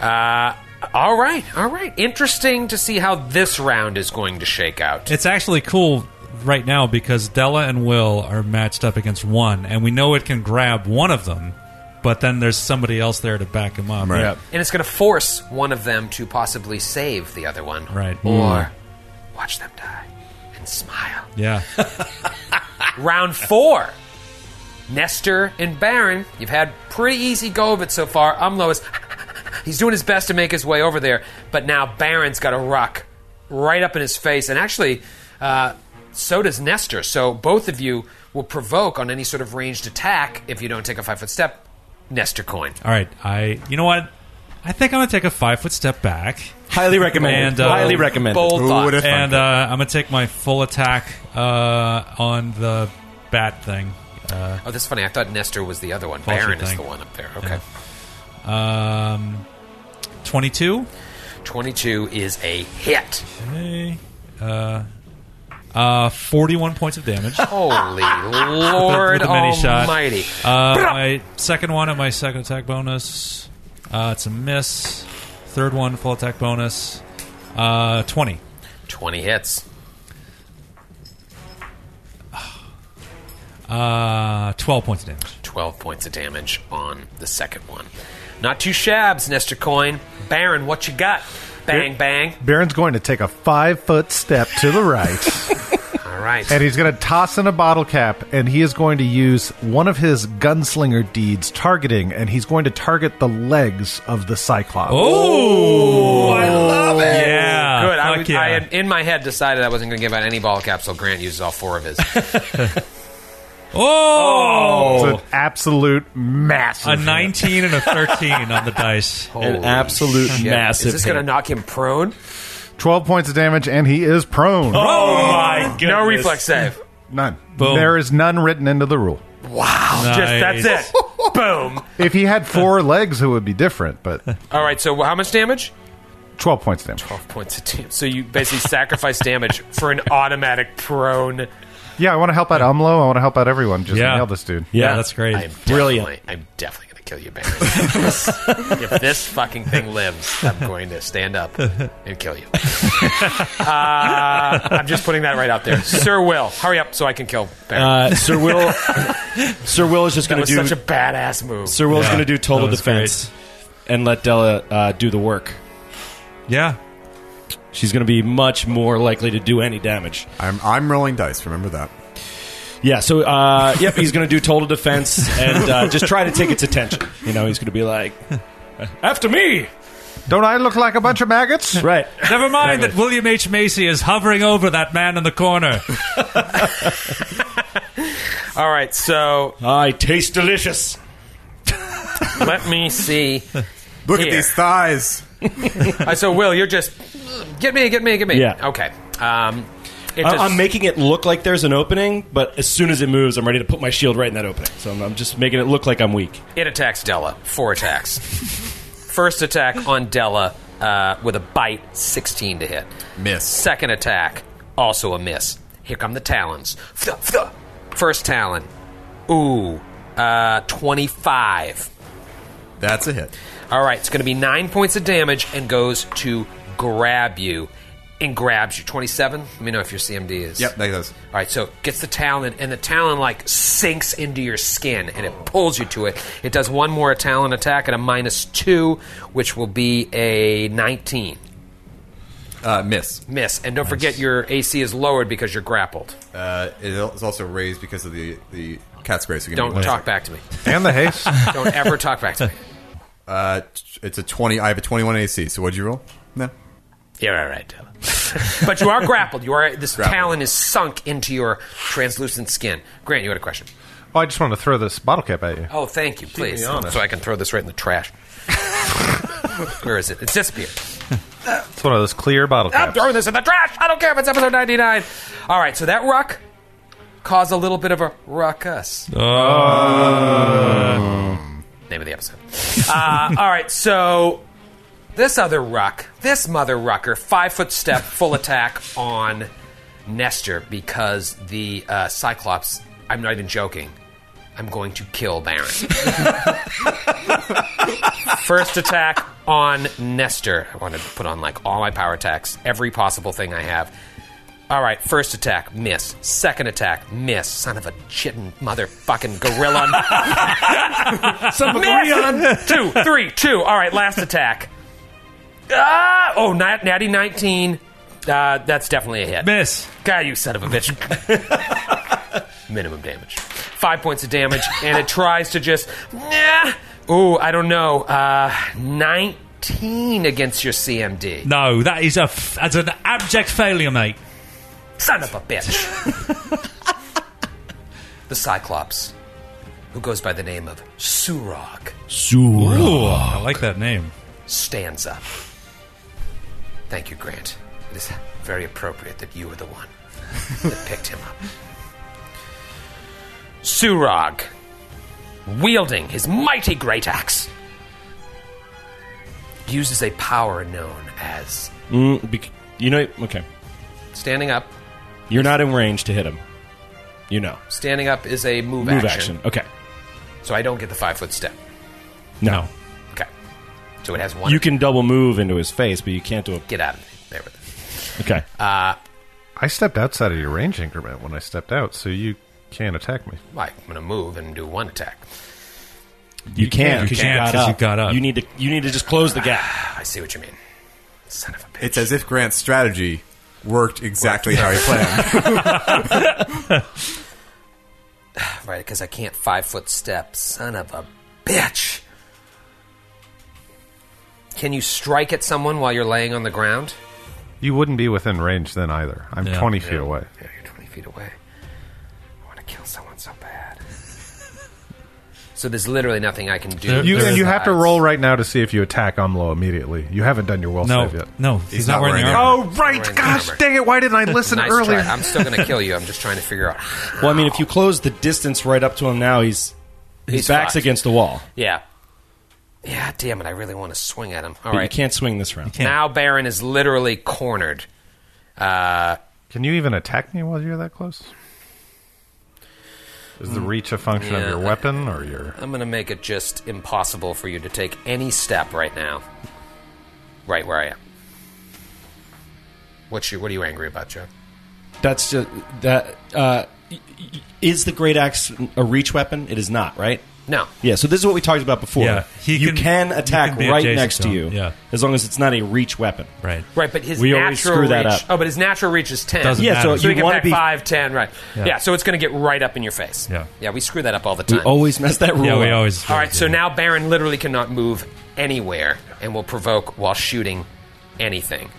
Uh, all right, all right. Interesting to see how this round is going to shake out.
It's actually cool right now because Della and Will are matched up against one, and we know it can grab one of them, but then there's somebody else there to back him up.
Right.
and it's going to force one of them to possibly save the other one.
Right.
Or watch them die and smile.
Yeah.
Round four. Nestor and Baron, you've had pretty easy go of it so far. Umlo is he's doing his best to make his way over there, but now Baron's got a ruck right up in his face, and actually, uh, So does Nestor. So both of you will provoke on any sort of ranged attack if you don't take a five foot step. Nestor coin.
All right, I. You know what? I think I'm gonna take a five foot step back,
Highly recommended.
And, uh,
Highly recommended.
Bold
Who
thought.
would have
and uh, I'm gonna take my full attack uh, on the bat thing. Uh,
Oh, that's funny. I thought Nestor was the other one.
False
Baron is
thing.
the one up there. Okay.
um, twenty-two.
22 is a hit.
Okay. Uh, uh, forty-one points of damage. Uh,
Holy Lord
With a mini shot.
Almighty.
my second one and my second attack bonus. Uh, it's a miss. Third one, full attack bonus. Uh, twenty.
20 hits.
Uh, twelve points of damage.
12 points of damage on the second one. Not two shabs, Nestor Coin. Baron, what you got? Bang, bang.
Baron's going to take a five foot step to the right,
All right.
and he's going to toss in a bottle cap, and he is going to use one of his gunslinger deeds, targeting, and he's going to target the legs of the Cyclops.
Oh, I love it. Yeah,
Good. I,
fuck
was,
yeah.
I had in my head decided I wasn't going to give out any ball caps, so Grant uses all four of his.
oh,
It's an absolute massive.
a
hit.
19 and a 13 on the dice.
Oh
An absolute massive.
Is this going to
hit.
knock him prone?
12 points of damage, and he is prone.
Oh my goodness.
No reflex save.
None.
Boom.
There is none written into the rule.
Nice.
Just that's it. Boom.
If he had four legs, it would be different, but
All right. So how much damage?
12 points of damage.
Points of damage. So you basically sacrifice damage for an automatic prone.
Yeah, I want to help out Umlo. I want to help out everyone. Just
Yeah.
nail this dude.
Yeah, that's great.
I'm
Brilliant.
definitely- I'm definitely going to kill you, Baron. if this fucking thing lives, I'm going to stand up and kill you. Uh, I'm just putting that right out there. Sir Will, hurry up so I can kill Baron.
Uh, Sir Will. Sir Will is just
that
going
was
to do.
such a badass move.
Sir Will's
Yeah,
going to do total
that was
defense and let Della uh, do the work.
yeah.
She's going to be much more likely to do any damage.
I'm, I'm rolling dice. Remember that.
Yeah. So, uh, yep, he's going to do total defense and uh, just try to take its attention. You know, he's going to be like, "After me!"
Don't I look like a bunch of maggots?
Right.
Never mind that William H. Macy is hovering over that man in the corner.
All right, so
I taste delicious.
let me see.
Look
Here.
at these thighs.
Uh, so, Will, you're just get me, get me, get me.
Yeah.
Okay. Um, it
I-
just,
I'm making it look like there's an opening, but as soon as it moves, I'm ready to put my shield right in that opening. So I'm, I'm just making it look like I'm weak.
It attacks Della. Four attacks. First attack on Della uh, with a bite, 16 to hit.
Miss.
Second attack, also a miss. Here come the talons. Fth, fth. First talon. Ooh, uh, 25.
That's a hit.
All right, it's going to be nine points of damage and goes to grab you and grabs you. 27? Let me know if your CMD is.
Yep, that does.
All right, so gets the talon, and the talon like sinks into your skin, and it pulls you to it. It does one more talon attack at a minus two, which will be a nineteen
Uh, miss.
miss. And don't forget your AC is lowered because you're grappled.
Uh, it is also raised because of the the cat's grace. You can
Don't
do it.
talk back to me.
And the haste. Oh,
Don't ever talk back to me.
Uh, t- it's a twenty. I have a twenty-one AC. So what'd you roll? No.
You're all right, Della. but you are grappled. You are this
Grappled.
talon is sunk into your translucent skin. Grant, you had a question.
Oh, I just want to throw this bottle cap at you.
Oh, thank you, please.
me honest.
So I can throw this right in the trash. Where is it? It's disappeared.
It's one of those clear bottle
I'm
caps.
throwing this in the trash. I don't care if it's episode 99. All right, so that ruck caused a little bit of a ruckus. Uh. Name of the episode. uh, all right, so this other ruck, this mother rucker, five foot step, full attack on Nestor because the uh, Cyclops, I'm not even joking, I'm going to kill Baron. First attack on Nestor. I want to put on like all my power attacks, every possible thing I have. All right, first attack, miss. Second attack, miss. Son of a chitin motherfucking gorilla. Son of a gorilla. Two, three, two. All right, last attack. Ah, oh, nat- natty 19. Uh, that's definitely a hit.
Miss.
God, you son of a bitch. Minimum damage. Five points of damage, and it tries to just. Nah, ooh, I don't know. Uh, 19 against your CMD.
No, that is a f- that's an abject failure, mate.
Son of a bitch. the Cyclops, who goes by the name of Surog,
Ooh, I like that name.
stands up. Thank you, Grant. It is very appropriate that you were the one that picked him up. Surog, wielding his mighty great axe, uses a power known as
Mm, bec- you know, okay.
standing up.
You're not in range to hit him. You know.
Standing up is a move,
Move
action,
action. Okay.
so I don't get the five foot step.
No.
Okay. So it has one.
You can double move into his face, but you can't do it.
get out of it. There with
Okay.
Uh,
I stepped outside of your range increment when I stepped out, so you can't attack me.
it. Like, I'm going to move and do one attack.
you
can't,
can't.
'cause you got up.
You need to. You need to just close the gap.
Ah, I see what you mean. Son of a bitch.
It's as if Grant's strategy worked exactly how he planned.
Right, because I can't five foot step. Son of a bitch. Can you strike at someone while you're laying on the ground?
You wouldn't be within range then either. I'm
Yeah.
20 feet away.
Yeah, you're 20 feet away. I want to kill someone so bad. so there's literally nothing I can do.
There-
You,
there
and
is
you have to
besides-
roll right now to see if you attack Umlo immediately. You haven't done your will
No,
save yet.
Oh, no, he's, not, wearing, the armor.
Oh, right.
We're in
Gosh
armor.
dang it. Why didn't I listen
Nice
earlier?
try. I'm still going to kill you. I'm just trying to figure out.
Well, I mean, if you close the distance right up to him now, he's his
He's
back's
fucked.
against the wall.
Yeah. Yeah, damn it. I really want to swing at him. All
But
right.
you can't swing this round.
Now Baron is literally cornered.
Can you even attack me while you're that close? Is the reach a function
yeah.
of your weapon or your.
I'm going to make it just impossible for you to take any step right now. Right where I am. What's your, what are you angry about, Joe?
That's just that. Uh, y- y- is the great axe a reach weapon? It is not, right?
No.
Yeah. So this is what we talked about before.
Yeah, he
you
can-
can
he
attack
can be
right
adjacent
next to
to
you.
him, yeah.
As long as it's not a reach weapon.
Right.
Right, but his
We
natural
always screw that
reach-
up.
Oh, but his natural reach is 10.
Doesn't
Yeah. So,
matter.
So
you
you
want to
get
be.
back 5, 10, right. Yeah.
Yeah.
so it's going to get right up in your face.
Yeah.
Yeah, we screw that up all the time.
We always mess that rule.
Yeah, we
up.
always.
All right, so
yeah.
now Baron literally cannot move anywhere and will provoke while shooting anything.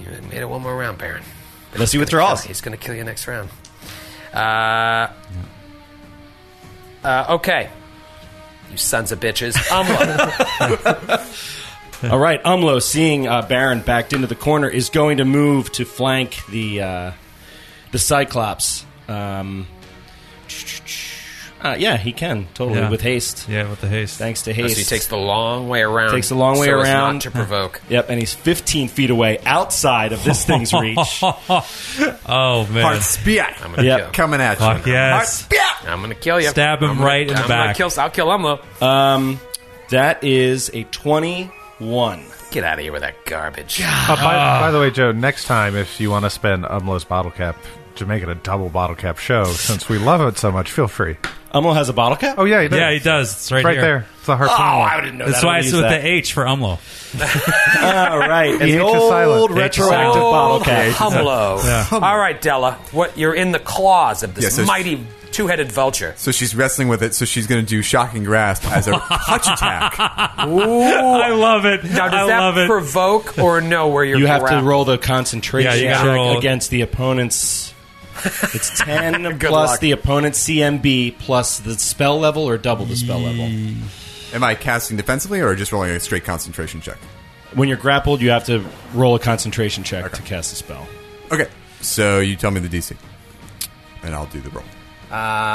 You made it one more round, Baron.
Unless he withdraws.
He's going to kill you next round. Uh, uh, okay. You sons of bitches. Umlo.
All right, Umlo, seeing uh, Baron backed into the corner, is going to move to flank the uh, the Cyclops. Um, uh, yeah, he can totally
Yeah.
with haste.
Yeah, with the haste.
Thanks to
so
haste,
he takes the long way around.
Takes the long way
so as
around.
not to provoke.
Yep, and he's 15 feet away outside of this thing's reach.
Oh man.
Hard spiat
I'm going to
Yep.
kill.
coming at you.
Fuck yes.
I'm going to kill you.
Stab him
I'm gonna-
right in the
I'm gonna
back.
Kill, I'll kill Umlo.
Um, that is a 21.
Get out of here with that garbage.
Oh, by, by the way, Joe, next time if you want to spend Umlo's bottle cap to make it a double bottle cap show, since we love it so much, feel free.
Umlo has a bottle cap.
Oh, yeah, he does.
Yeah, he does. It's right,
Right
here.
there. It's a harpoon.
Oh,
one.
I didn't know
That's
that. I
why
would've
it's with
used
the H for Umlo.
that. All right, and
H
the
is
old
silent. H is
retroactive
silent.
bottle
Old
cap.
Oh, Humlo. All right, Della. What you're in the claws of this
Yes, it's-
mighty two-headed vulture.
So she's wrestling with it, so she's going to do shocking grasp as a hutch attack.
I love it.
Oh. Now, does
I
that
love it.
provoke or know where you're?
You have to
grappled?
roll the concentration
Yeah, you gotta
check
roll-
against the opponent's. It's ten plus
luck.
the opponent's CMB plus the spell level or double the spell level.
Am I casting defensively or just rolling a straight concentration check?
When you're grappled, you have to roll a concentration check to cast a spell.
Okay. So you tell me the DC, and I'll do the roll.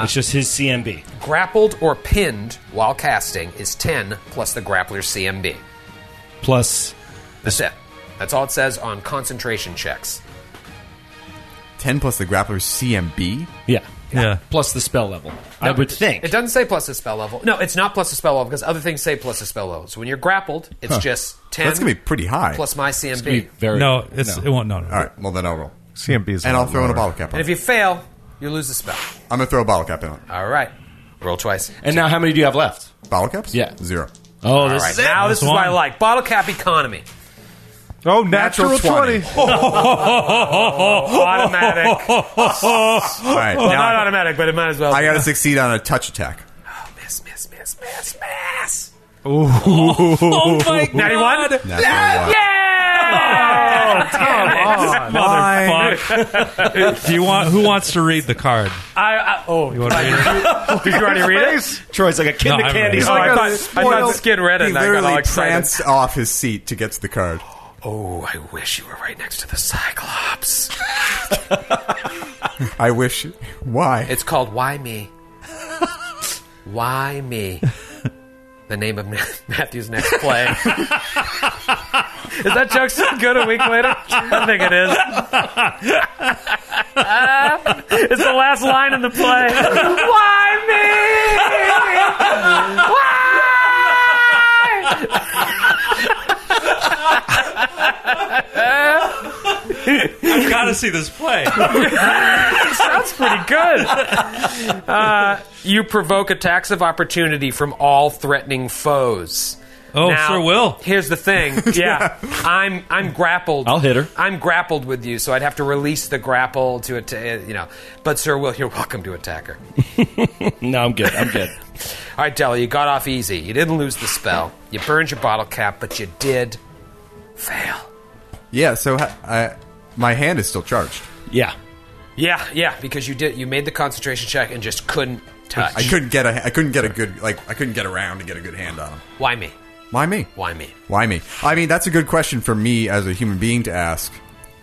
it's just his CMB.
grappled or pinned while casting is ten plus the grappler's CMB.
Plus,
That's it. That's all it says on concentration checks.
10 plus the grappler's CMB.
yeah,
Yeah.
plus the spell level. I would think.
It doesn't say plus the spell level. No, it's not plus the spell level because other things say plus the spell level. So when you're grappled, it's just ten.
That's going to be pretty high.
plus my
Be
CMB.
very
No, it's it won't. No, no.
All right. Well, then I'll roll.
CMB is
And
a
I'll
lot
throw in a
lower.
bottle cap on
And if
it.
you fail, you lose the spell.
I'm going to throw a bottle cap in on it.
All right, roll twice.
And now, how many do you have left?
Bottle caps?
Yeah.
Zero.
Oh,
All
this
right,
is it.
now this
That's
is what I
one.
like. Bottle cap economy.
Oh, natural,
Natural
20.
Automatic.
All right.
Well,
now
not automatic, but it might as well.
I got to succeed on a touch attack.
miss, miss, miss, miss, Oh miss.
Ooh.
Ninety-one.
Natural one.
Yeah. Oh,
Motherfuck. Do you want? Who wants to read the card?
I, I, oh,
You want to read it?
Did you already read it? Troy's like "Oh, a kid
No,
in
I
a
haven't read
candy
it.
Oh,
store.
I, thought, I thought Skid read it
He
and I got all
literally
excited.
pranced off his seat to get to the card.
Oh, I wish you were right next to the Cyclops.
I wish. Why?
It's called Why Me? Why Me? The name of Ma- Matthew's next play. is that joke still good a week later? I think it is. it's the last line in the play. Why me? Why?
I've got to see this play.
Sounds pretty good. Uh, you provoke attacks of opportunity from all threatening foes.
Oh,
Now,
sure will.
Here's the thing. Yeah, I'm I'm grappled.
I'll hit her.
I'm grappled with you, so I'd have to release the grapple to attack. You know, but Sir Will, you're welcome to attack her.
No, I'm good. I'm good.
All right, Della, you got off easy. You didn't lose the spell. You burned your bottle cap, but you did fail.
Yeah. So ha- I, my hand is still charged.
Yeah.
Yeah, yeah, because you did. You made the concentration check and just couldn't touch.
I couldn't get a. I couldn't get a good. Like I couldn't get around to get a good hand on him.
Why me?
Why me?
Why me?
Why me? I mean, that's a good question for me as a human being to ask.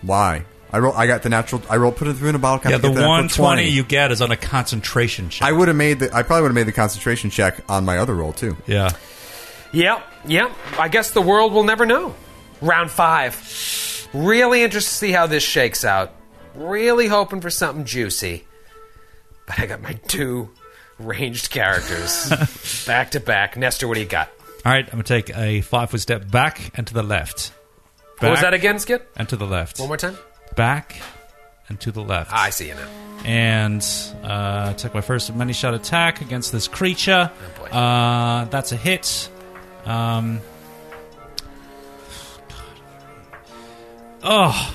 Why? I roll. I got the natural. I roll. Put it through in a bottle cap.
Yeah,
to
the
get natural
120 you get is on a concentration check.
I would have made the. I probably would have made the concentration check on my other roll too.
yeah.
Yep, yep. I guess the world will never know. Round five. Really interested to see how this shakes out. Really hoping for something juicy. But I got my two ranged characters back to back. Nestor, what do you got?
All right, I'm gonna take a five foot step back and to the left.
What was
Back
that again, Skid?
And to the left.
One more time?
Back and to the left.
Ah, I see you now.
and uh, take my first many shot attack against this creature.
Oh, boy.
Uh, that's a hit. Um, oh,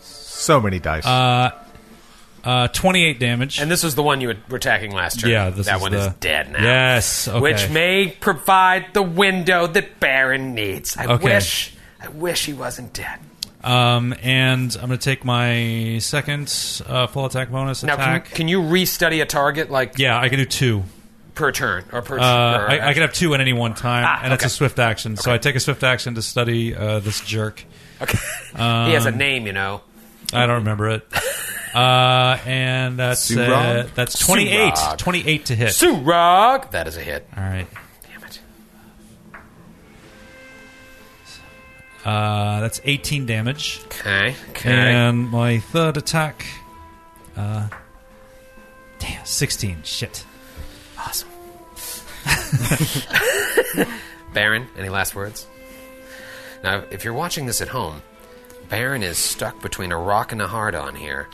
So many dice.
uh, 28 damage.
And this was the one you were attacking last turn.
Yeah, this
that
is
one
the-
is dead now.
Yes, okay.
Which may provide the window that Baron needs. I
Okay.
wish, I wish he wasn't dead.
um, and I'm going to take my second uh, full attack bonus
Now, can,
attack.
can you restudy a target like
yeah, I can do two.
per turn or per? or
Uh, I, I
action?
can have two at any one time,
Ah,
and it's a
okay.
swift action. So I take a swift action to study uh, this jerk.
Okay. he
um,
has a name, you know.
I don't remember it. Uh, and that's uh,
Surag?
that's 28.
Surag.
28 to hit.
Surog. That is a hit.
All right.
Damn it.
Uh, that's 18 damage.
Okay. Okay.
And my third attack. Uh, damn, 16. Shit.
awesome. Baron, any last words? Now, if you're watching this at home, Baron is stuck between a rock and a hard on here.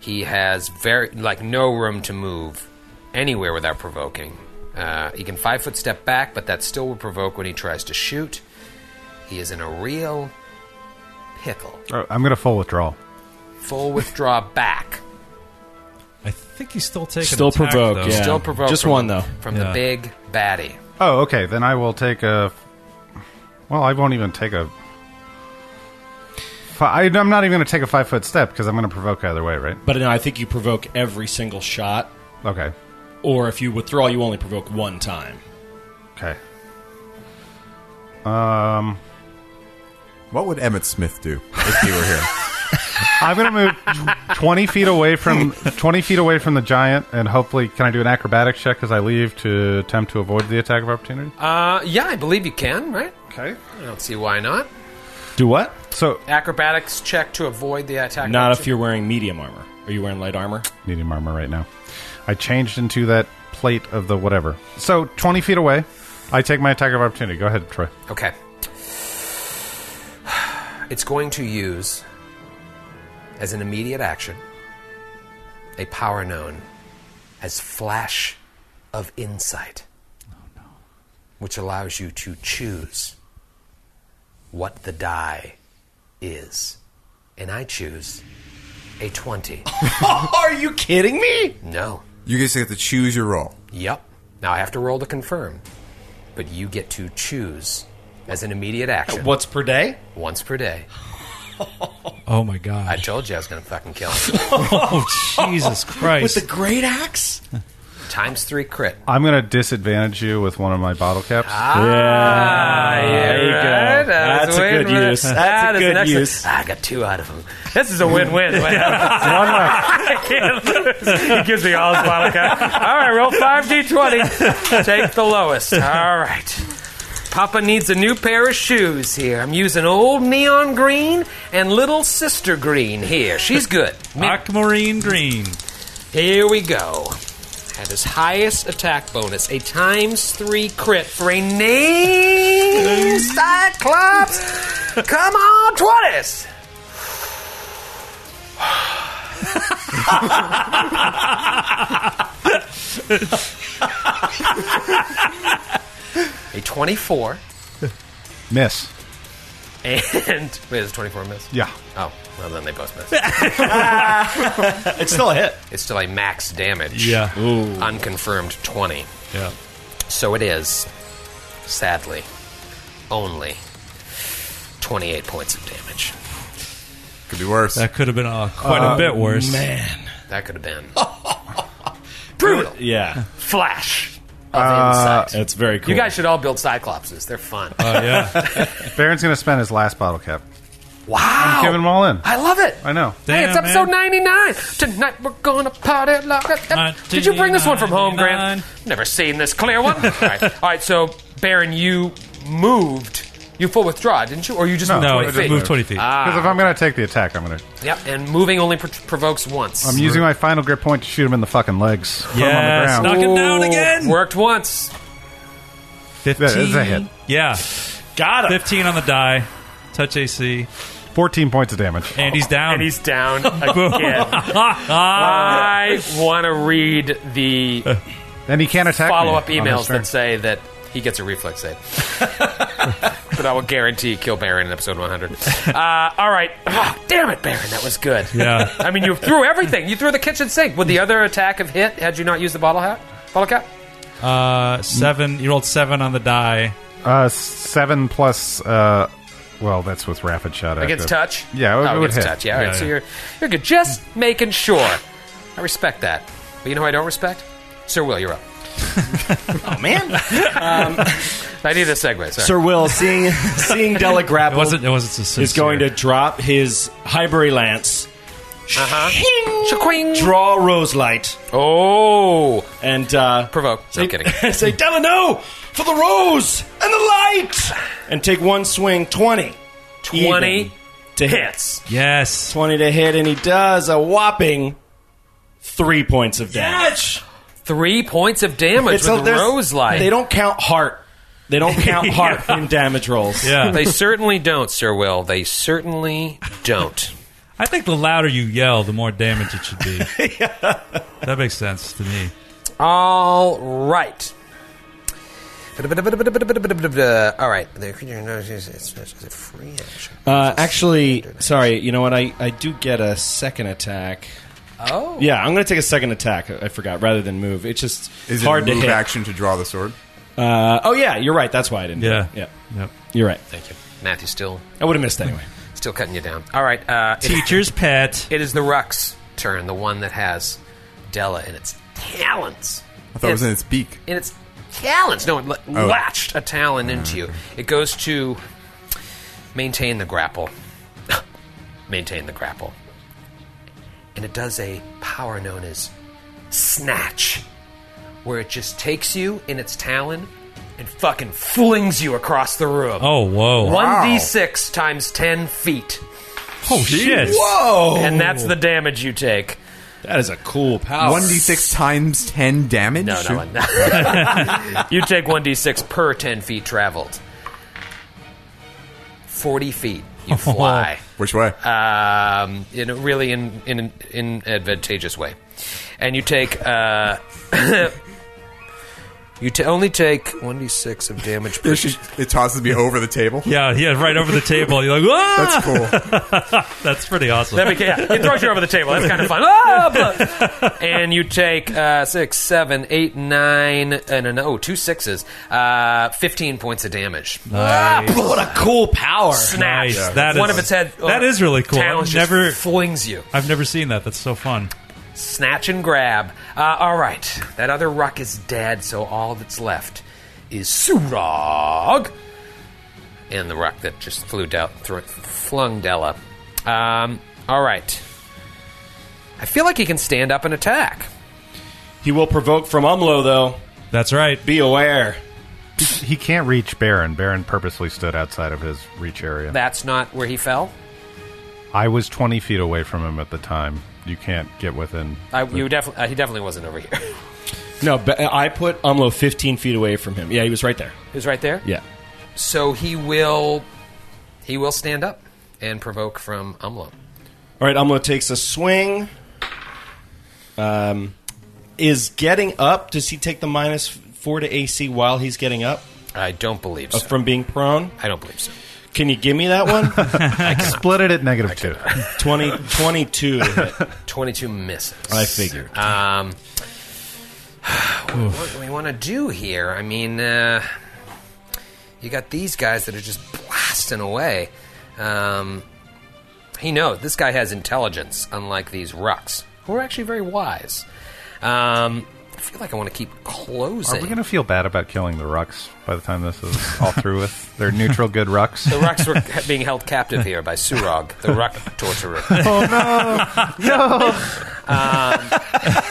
He has very like no room to move anywhere without provoking. Uh, he can five foot step back, but that still will provoke when he tries to shoot. He is in a real pickle.
Oh, I'm going to full withdrawal.
Full withdraw back.
I think he's still taking
Still
attack,
provoke,
though.
yeah.
Still provoke.
Just
from-
one, though.
From the
Yeah.
big baddie.
Oh, okay. Then I will take a. Well, I won't even take a. fi- I, I'm not even going to take a five foot step because I'm going to provoke either way, right?
But no, I think you provoke every single shot,
Okay.
or if you withdraw, you only provoke one time.
Okay.
What would Emmett Smith do if he were here?
I'm going to move tw- 20 feet away from 20 feet away from the giant, and hopefully, can I do an acrobatics check as I leave to attempt to avoid the attack of opportunity?
Uh, yeah, I believe you can, right?
Okay.
I don't see why not.
Do what?
So
Acrobatics check to avoid the attack.
Not
action.
if you're wearing medium armor. Are you wearing light armor?
needing armor right now. I changed into that plate of the whatever. So 20 feet away, I take my attack of opportunity. Go ahead, Troy.
Okay. It's going to use, as an immediate action, a power known as Flash of Insight, which allows you to choose what the die is. And I choose a 20.
Are you kidding me?
no.
You guys have to choose your roll.
Yep. Now I have to roll to confirm, but you get to choose as an immediate action
What's per day?
once per day.
Oh my
I
god!
told you I was going to fucking kill him.
Oh Jesus Christ!
With the great axe?
Times three crit.
I'm going to disadvantage you with one of my bottle caps.
Ah.
Ah, Yeah.
There you
go. That's a good use. That's a good use.
I got two out of them. This is a win-win. I can't lose. He gives me all his bottle cap. All right, roll five d20. Take the lowest. All right. Papa needs a new pair of shoes here. I'm using old neon green and little sister green here. She's good. Mid-
Aquamarine green.
here we go. At his highest attack bonus, a times three crit for a name Cyclops. Come on, twenties. a twenty-four
Miss.
and wait, is it twenty-four miss?
Yeah.
Oh, well then they both miss.
It's still a hit.
It's still a max damage.
Yeah.
Unconfirmed twenty.
Yeah.
So it is, sadly, only 28 points of damage.
Could be worse.
That could have been uh, quite a bit worse.
Man.
That could have been brutal.
Yeah.
Flash of insight.
That's very cool.
You guys should all build Cyclopses. They're fun.
Oh yeah.
Baron's going to spend his last bottle cap.
wow.
Give them all in.
I love it.
I know.
Hey, it's
Damn,
episode
man.
99. Tonight we're going to party like a... Did you bring this one from home, Grant?
99.
Never seen this clear one. all, right. All right, so, Baron, you moved. You full withdraw, didn't you? Or you just moved
No,
20 feet?
it moved twenty feet.
Ah.
Because if I'm going to take the attack, I'm going to.
Yep, and moving only pro- provokes once.
I'm using my final grip point to shoot him in the fucking legs. Put him on the
Yes,
ground.
knock him down
Ooh,
again.
Worked once.
That is a hit.
Yeah,
got him.
fifteen on the die. Touch AC,
14 points of damage.
and he's down.
And he's down again. I want to read the
And he can't Uh, attack
follow up
me Oh, on his
emails
turn.
that say that he gets a reflex save. but I will guarantee kill Baron in episode 100. Uh, all right. Ah, damn it, Baron. That was good.
Yeah.
I mean, you threw everything. You threw the kitchen sink. Would the other attack have hit had you not used the bottle hat? Bottle cap?
uh, seven. You rolled seven on the die.
Uh, seven plus. Uh, well, that's with rapid shot.
Against
active.
touch?
Yeah,
oh,
it would
against
hit.
touch. Yeah, all right.
Yeah,
So
yeah.
you're you're good. Just making sure. I respect that. But you know who I don't respect? Sir Will, you're up.
Oh, man.
I need a segue. Sorry.
Sir Will, seeing seeing Della
It
grapple,
wasn't. It wasn't so sincere.
is going to drop his Highbury Lance,
Uh-huh.
Shaquing.
draw Rose Light,
Oh,
and uh,
provoke. No
say,
kidding.
say, Della, no! For the rose and the light! And take one swing, 20.
20
Even to hits.
Yes.
20 to hit, and he does a whopping three points of damage.
Three points of damage
a-
with
there's-
Rose Light.
They don't count heart. They don't count heart in damage rolls.
Yeah.
They certainly don't, Sir Will. They certainly don't.
I think the louder you yell, the more damage it should be. That makes sense to me.
All right. All right. The creature knows it's it's- it's a free action.
Uh, actually, sorry. You know what? I, I do get a second attack.
Oh.
Yeah, I'm going to take a second attack. I I forgot. Rather than move, it's just
Is
hard
it a
to
move
hit.
action to draw the sword?
Uh, oh yeah, you're right. That's why I didn't. do
Yeah.
it. yeah.
Yep.
You're right.
Thank you. Matthew's still
I would have missed anyway.
still cutting you down. All right. Uh, it-
Teacher's pet.
it is the Ruck's turn, the one that has Della in its talons.
I thought it was in its beak.
in its talons. No, it l-
Oh. Mm.
latched a talon into you. It goes to maintain the grapple. maintain the grapple. And it does a power known as snatch, where it just takes you in its talon and fucking flings you across the room.
Oh whoa.
1d6 times 10 feet.
Oh shit.
And that's the damage you take.
That is a cool power.
One d six times ten damage.
No, no, no. you take 1d6 per 10 feet traveled. 40 feet. You fly.
Which way?
um, in a really in, in, an- in advantageous way. And you take uh, You ta only take 1d6 of damage per
She- it tosses me over the table.
Yeah, yeah, right over the table. You're like, ah!
That's cool.
That's pretty awesome.
That beca- yeah, it throws you over the table. That's kind of fun. Ah, blah. and you take uh, six, seven, eight, nine, and an, oh, two sixes. Uh, Fifteen points of damage.
What a cool power!
Snatch.
Nice. That
One
is-
of its head. uh,
that is really cool.
Talons
I've
just
never-
flings you.
I've never seen that. That's so fun.
Snatch and grab. Uh, all right, that other ruck is dead, so all that's left is Surog, and the ruck that just flew down, thro- flung Della. Um, all right. I feel like he can stand up and attack.
He will provoke from Umlo though.
That's right.
Be aware.
He can't reach Baron. Baron purposely stood outside of his reach area.
That's not where he fell.
I was 20 feet away from him at the time. You can't get within.
I, you definitely, uh, he definitely wasn't over here. he
No, but I put Umlo 15 feet away from him. Yeah, he was right there.
was right there.
Yeah.
So he will, he will stand up and provoke from Umlo.
All right, Umlo takes a swing. Um, is getting up? Does he take the minus four to AC while he's getting up
I don't believe
uh,
so.
from being prone?
I don't believe so.
Can you give me that one?
Split it at negative two.
20, 22 to hit.
Twenty-two misses.
I figured.
Um, what do we want to do here? I mean, uh, you got these guys that are just blasting away. Um, he knows this guy has intelligence, unlike these rucks, who are actually very wise. Um, I feel like I want to keep
Are
closing.
we going to feel bad about killing the Rucks by the time this is all through with? They're neutral good Rucks.
the rucks were being held captive here by Surog, the ruck torturer.
oh, no. No.
Um,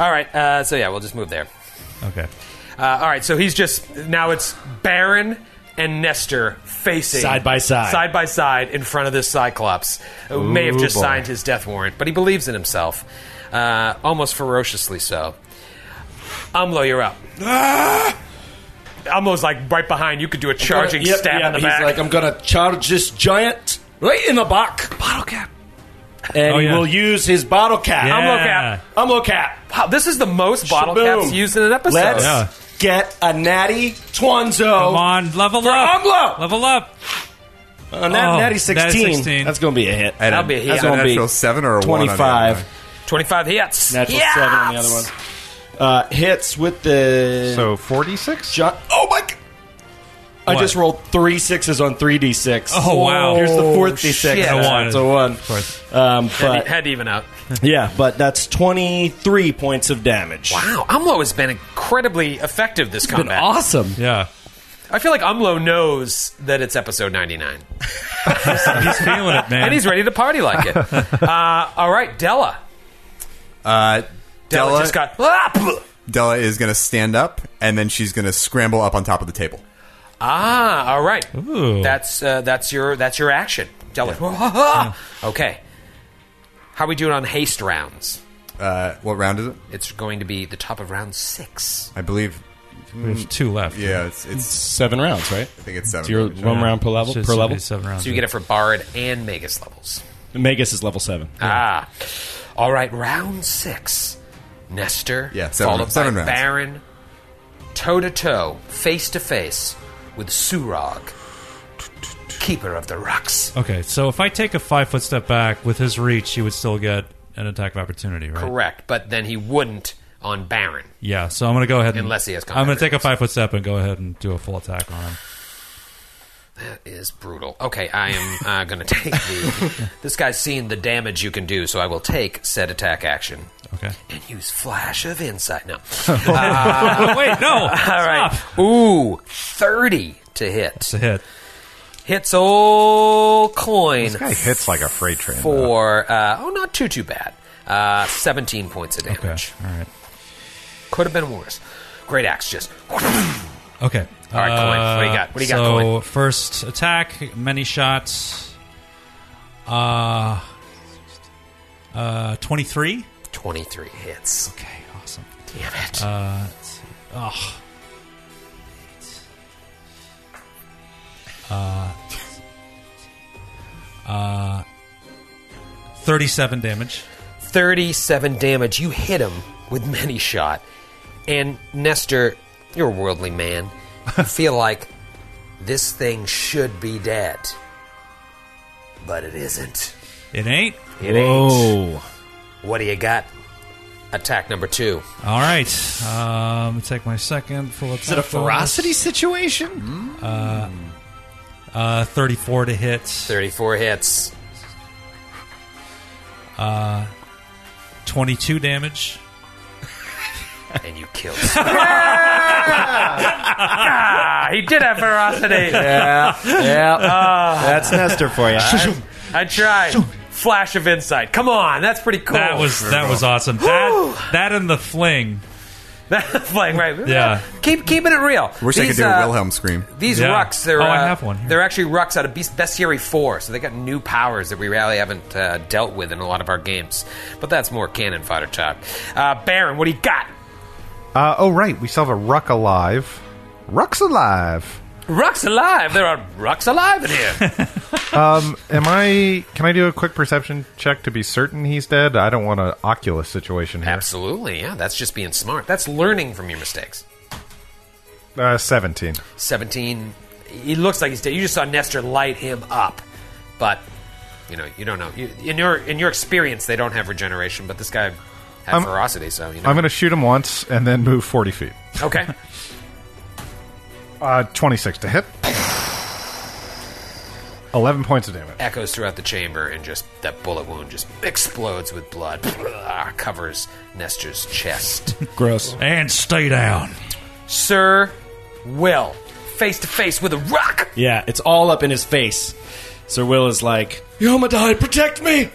All right, uh, so yeah, we'll just move there.
Okay.
Uh, all right, so he's just now it's Baron and Nestor facing
Side by side.
side by side in front of this Cyclops, who may have just
boy.
signed his death warrant, but he believes in himself, uh, almost ferociously so. Umlo, you're up. Ah! Umlo's like right behind. You could do a charging
Yep,
stab
yep,
in the
he's
back.
like, I'm gonna charge this giant right in the back. Bottle cap. And
Oh,
he
yeah.
will use his bottle cap.
Yeah.
cap.
Umlo cap.
wow, this is the most bottle
Shaboom.
caps used in an episode.
Let's
Yeah.
get a natty Twanzo.
Come on, level up.
Umlo.
Level up.
A nat-
Oh,
natty 16.
natty 16.
That's gonna be a hit.
And
That'll be a hit.
That's
a
gonna be
natural seven or a one on the other
25.
one.
Twenty-five hits.
Natural
Yes!
seven on the other one. Uh, hits with the
So 46?
jo- oh my! g- I
What?
just rolled three sixes on three d six.
Oh, wow.
Here's the fourth d
shit.
six.
A
one.
It's a one. Of
course.
Um,
Head, e-,
but
head even out.
yeah, but that's twenty three points of damage.
Wow, Umlo has been incredibly effective this combat.
Awesome.
Yeah.
I feel like Umlo knows that it's episode 99.
He's feeling it, man.
And he's ready to party like it. uh, all right, Della.
Uh,
Della,
Della,
just got. Ah, pff.
Della is going to stand up, and then she's going to scramble up on top of the table.
Ah, all right.
Ooh.
That's uh, that's your that's your action, Della. Ah. okay. How are we doing on haste rounds?
Uh, what round is it?
It's going to be the top of round six.
I believe.
we have two left.
Yeah, it's, it's
Seven rounds, right?
I think it's seven.
So you're one round per level.
Should-
Per
should
level.
be Seven rounds.
So you get it for Bard and Magus levels.
Magus is level seven.
Ah. All right, round six. Nestor,
Yeah, seven-
followed
seven
by
rounds.
Baron, toe to toe, face to face with Surog, keeper of the rocks.
Okay, so if I take a five foot step back with his reach, he would still get an attack of opportunity, right?
Correct, but then he wouldn't on Baron.
Yeah. So I'm going to go ahead and
Unless he has combat
I'm going to take a
readiness.
five foot step and go ahead and do a full attack on him.
That is brutal. Okay, I am uh, going to take the. this guy's seen the damage you can do, so I will take said attack action
Okay.
and use flash of insight. No.
oh, wait,
All
no.
right. Ooh, 30 to hit.
It's a hit.
Hits old coin.
This guy hits like a freight train. though.
for uh, oh, not too too bad. Uh, Seventeen points of
Okay.
damage.
All right.
Could have been worse. Great axe, just
Okay. All
right, Colin, what do you got? What do you got,
so
Colin?
first attack, many shots. Uh, uh, twenty three.
twenty three hits.
Okay, awesome.
Damn it!
Uh, let's see. Oh. Uh, uh, 37 damage.
Thirty seven damage. You hit him with many shot, And Nestor, you're a worldly man. You feel like this thing should be dead, but it isn't.
It ain't.
It ain't.
Whoa.
What do you got? Attack number two.
All right. Um, let me take my second full attack. Is
it a ferocity situation?
Uh, 34 to hit,
34 hits.
22 damage.
and you killed. Ah, he did have ferocity.
That's Nestor for you.
I tried. Flash of insight. Come on, that's pretty cool.
That was that was awesome. That that and the fling.
That's like right.
Yeah.
keep keeping it real.
Wish I could do
uh,
a Wilhelm scream.
These
Yeah.
rucks, they're
Oh, I
uh,
have one here.
they're actually rucks out of Beast Bestiary Four, so they got new powers that we really haven't uh, dealt with in a lot of our games. But that's more cannon fodder talk. Uh, Baron, what do you got?
Uh, oh, right. We still have a Ruck alive. Ruck's alive.
Rucks alive. There are rucks alive in here.
Am I? Can I do a quick perception check to be certain he's dead? I don't want an Oculus situation here.
Absolutely, yeah. That's just being smart. That's learning from your mistakes.
Uh, Seventeen.
17. He looks like he's dead. You just saw Nestor light him up, but you know you don't know. You, in your in your experience, they don't have regeneration, but this guy had
I'm-
ferocity, so you know.
I'm going to shoot him once and then move forty feet.
okay,
Uh, Twenty-six to hit. Eleven points of damage.
echoes throughout the chamber, and just that bullet wound just explodes with blood, Ah, covers Nestor's chest.
Gross.
And stay down.
Sir Will, face to face with a rock.
Yeah, it's all up in his face. Sir Will is like, Yomadai, protect me!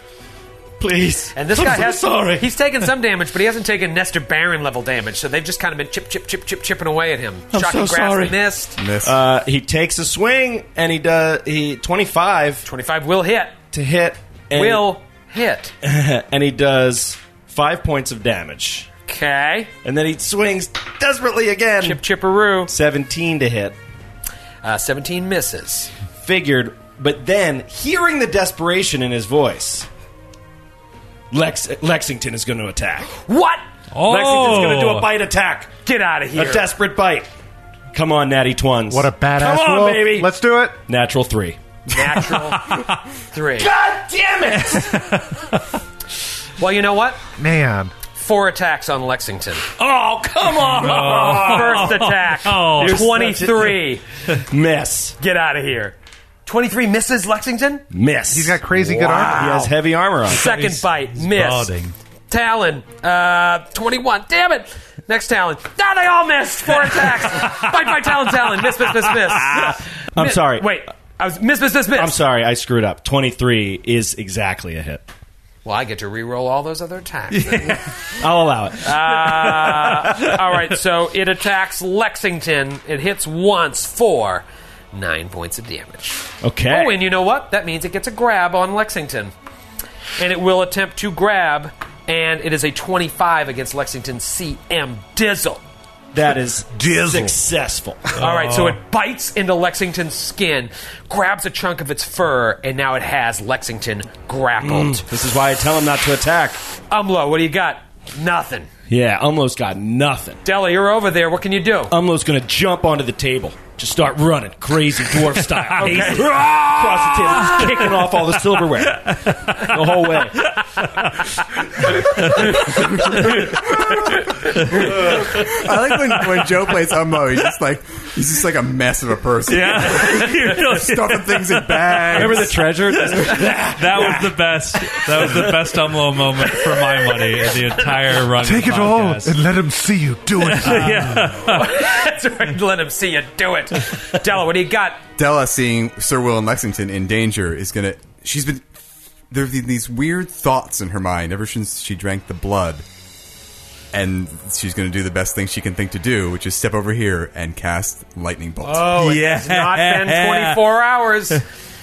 Please.
And this
I'm
guy
so
has
sorry.
He's taken some damage, but he hasn't taken Nestor Baron level damage. So they've just kind of been chip, chip, chip, chip, chipping away at him.
I'm
Shocking
so
grasp
sorry.
missed.
Miss.
uh, he takes a swing and he does he 25
Twenty-five will hit.
to hit and,
will hit.
and he does 5 points of damage.
Okay.
And then he swings desperately again.
Chip chipperoo.
17 to hit.
Uh, 17 misses.
Figured, but then hearing the desperation in his voice, Lex Lexington is going to attack.
What?
Oh,
Lexington's going to do a bite attack.
Get out of here.
A desperate bite. Come on, Natty Twins.
What a badass
Come on,
roll.
baby.
Let's do it.
Natural three.
Natural three.
God damn it!
Well, you know what?
Man,
Four attacks on Lexington.
oh, come on!
First attack.
Oh.
You're such a-
23.
Miss.
Get out of here. 23 misses Lexington.
Miss.
he's got crazy good armor.
He has heavy armor on.
Second
He's-
bite.
he's
Miss.
balding.
Talon. Uh, 21. Damn it. Next Talon. Ah, they all missed. Four attacks. bite by Talon, Talon. Miss, miss, miss, miss.
I'm
Mi-
sorry.
Wait. I was miss, miss, miss, miss.
I'm sorry, I screwed up. 23 is exactly a hit.
Well, I get to re-roll all those other attacks.
I'll allow it.
All right, so it attacks Lexington. It hits once for nine points of damage.
okay.
Oh, and you know what? That means it gets a grab on Lexington. And it will attempt to grab, and it is a 25 against Lexington CM Dizzle.
that is successful.
All right, so it bites into Lexington's skin, grabs a chunk of its fur, and now it has Lexington grappled.
this is why I tell him not to attack.
Umlo, what do you got? Nothing.
Yeah, Umlo's got nothing.
Della, you're over there. What can you do?
Umlo's going to jump onto the table. Just start running, crazy dwarf style. Ah! Across the table, just kicking off all the silverware. The whole way.
I like when, when Joe plays Umbo, he's just like he's just like a mess of a person.
Yeah.
Stuffing things in bags.
Remember the treasure? Oh
That was the best. That was the best Umlo moment for my money in the entire run. of
take
the
it all
podcast.
and let him see you do it.
That's right. Let him see you do it. Della, what do you got?
Della seeing Sir Will and Lexington in danger is gonna. She's been there. Have been these weird thoughts in her mind ever since she drank the blood, and she's gonna do the best thing she can think to do, which is step over here and cast lightning bolt.
Uh,
Oh, it
Yeah.
has not been 24 hours.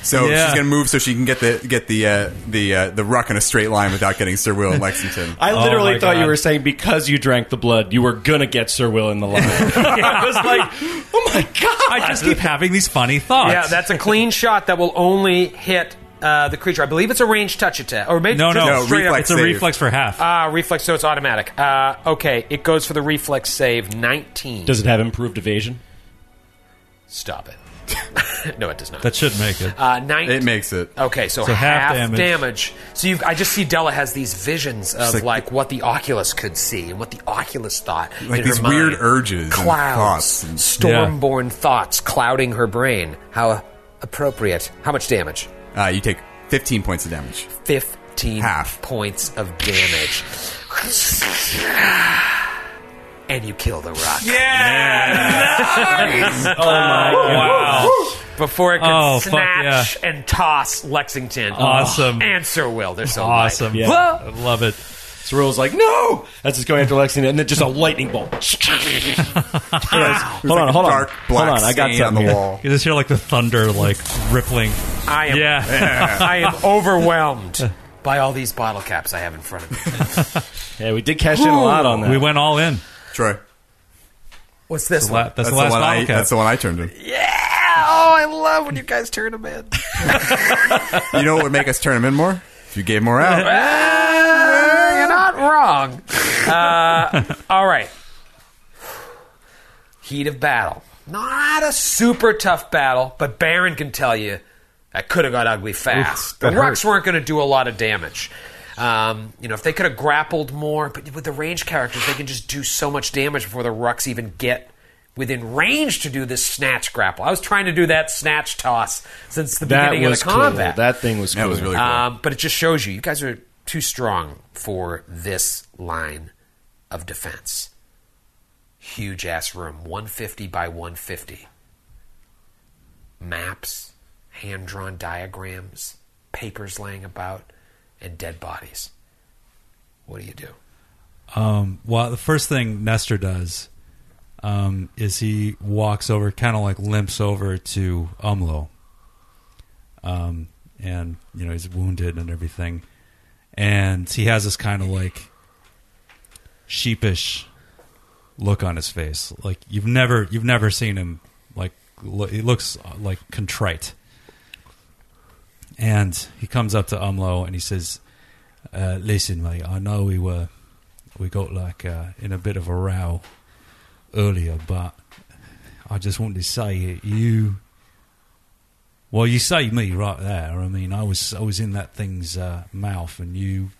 so
yeah.
she's gonna move so she can get the get the uh, the uh, the ruck in a straight line without getting Sir Will and Lexington.
I literally
my
thought you
God.
were saying because you drank the blood, you were gonna get Sir Will in the line. I was like, oh my god!
I just keep having these funny thoughts.
Yeah, that's a clean shot that will only hit uh, the creature. I believe it's a range touch attack, or maybe
No,
just
no,
No,
straight up-
reflex
it's a
save.
reflex for half.
Ah, reflex, so it's automatic. Uh, okay, it goes for the reflex save 19.
Does it have improved evasion?
Stop it. no, it does not.
that should make it.
uh, 19.
It makes it.
Okay, so,
So half
half,
damage.
damage. So you, I just see Della has these visions of like,
like-
what the Oculus could see and what the Oculus thought. in
Like
her
these weird
mind.
urges and
clouds,
thoughts and-
stormborn thoughts clouding her brain. How appropriate. How much damage?
Uh, you take 15 points of damage.
15
Half.
points of damage. And you kill the rock.
oh my god! Wow.
Before it can
Oh, fuck,
snatch and toss Lexington.
Awesome.
Answer will. They're so light.
Awesome.
Yeah.
I love it.
Cyril's like, no! That's just going after Lexington, and then just a lightning bolt. hold on, hold on.
Dark black
hold on, I got
stain on
something
the
here.
wall.
You just hear like the thunder, like rippling.
I am,
Yeah.
I am overwhelmed by all these bottle caps I have in front of me.
Yeah, we did cash in a lot on that.
we went all in.
Troy.
What's this
La-
one?
That's, the
the,
last
one
bottle
I,
cap.
that's the one I turned in.
Yeah! Oh, I love when you guys turn them in.
You know what would make us turn them in more? If you gave more out.
Ah, You're not wrong. Uh, all right. Heat of battle. Not a super tough battle, but Baron can tell you that could have got ugly fast. the Rucks weren't going to do a lot of damage. Um, you know, if they could have grappled more, but with the range characters, they can just do so much damage before the Rucks even get within range to do this snatch grapple. I was trying to do that snatch toss since the
that
beginning of
was
the
cool.
combat.
That thing was cool.
That was really cool.
Um, but it just shows you, you guys are too strong for this line of defense. Huge ass room, 150 by 150. Maps, hand drawn diagrams, papers laying about, and dead bodies. What do you do?
Um, well, the first thing Nestor does um, is he walks over, kind of like limps over to Umlo. Um, and, you know, he's wounded and everything. And he has this kind of like sheepish look on his face. Like you've never you've never seen him like lo- he looks uh, like contrite. And he comes up to Umlo and he says, uh, "Listen, mate, I know we were we got like uh, in a bit of a row earlier, but I just wanted to say that you. Well, you saved me right there. I mean, I was I was in that thing's uh, mouth, and you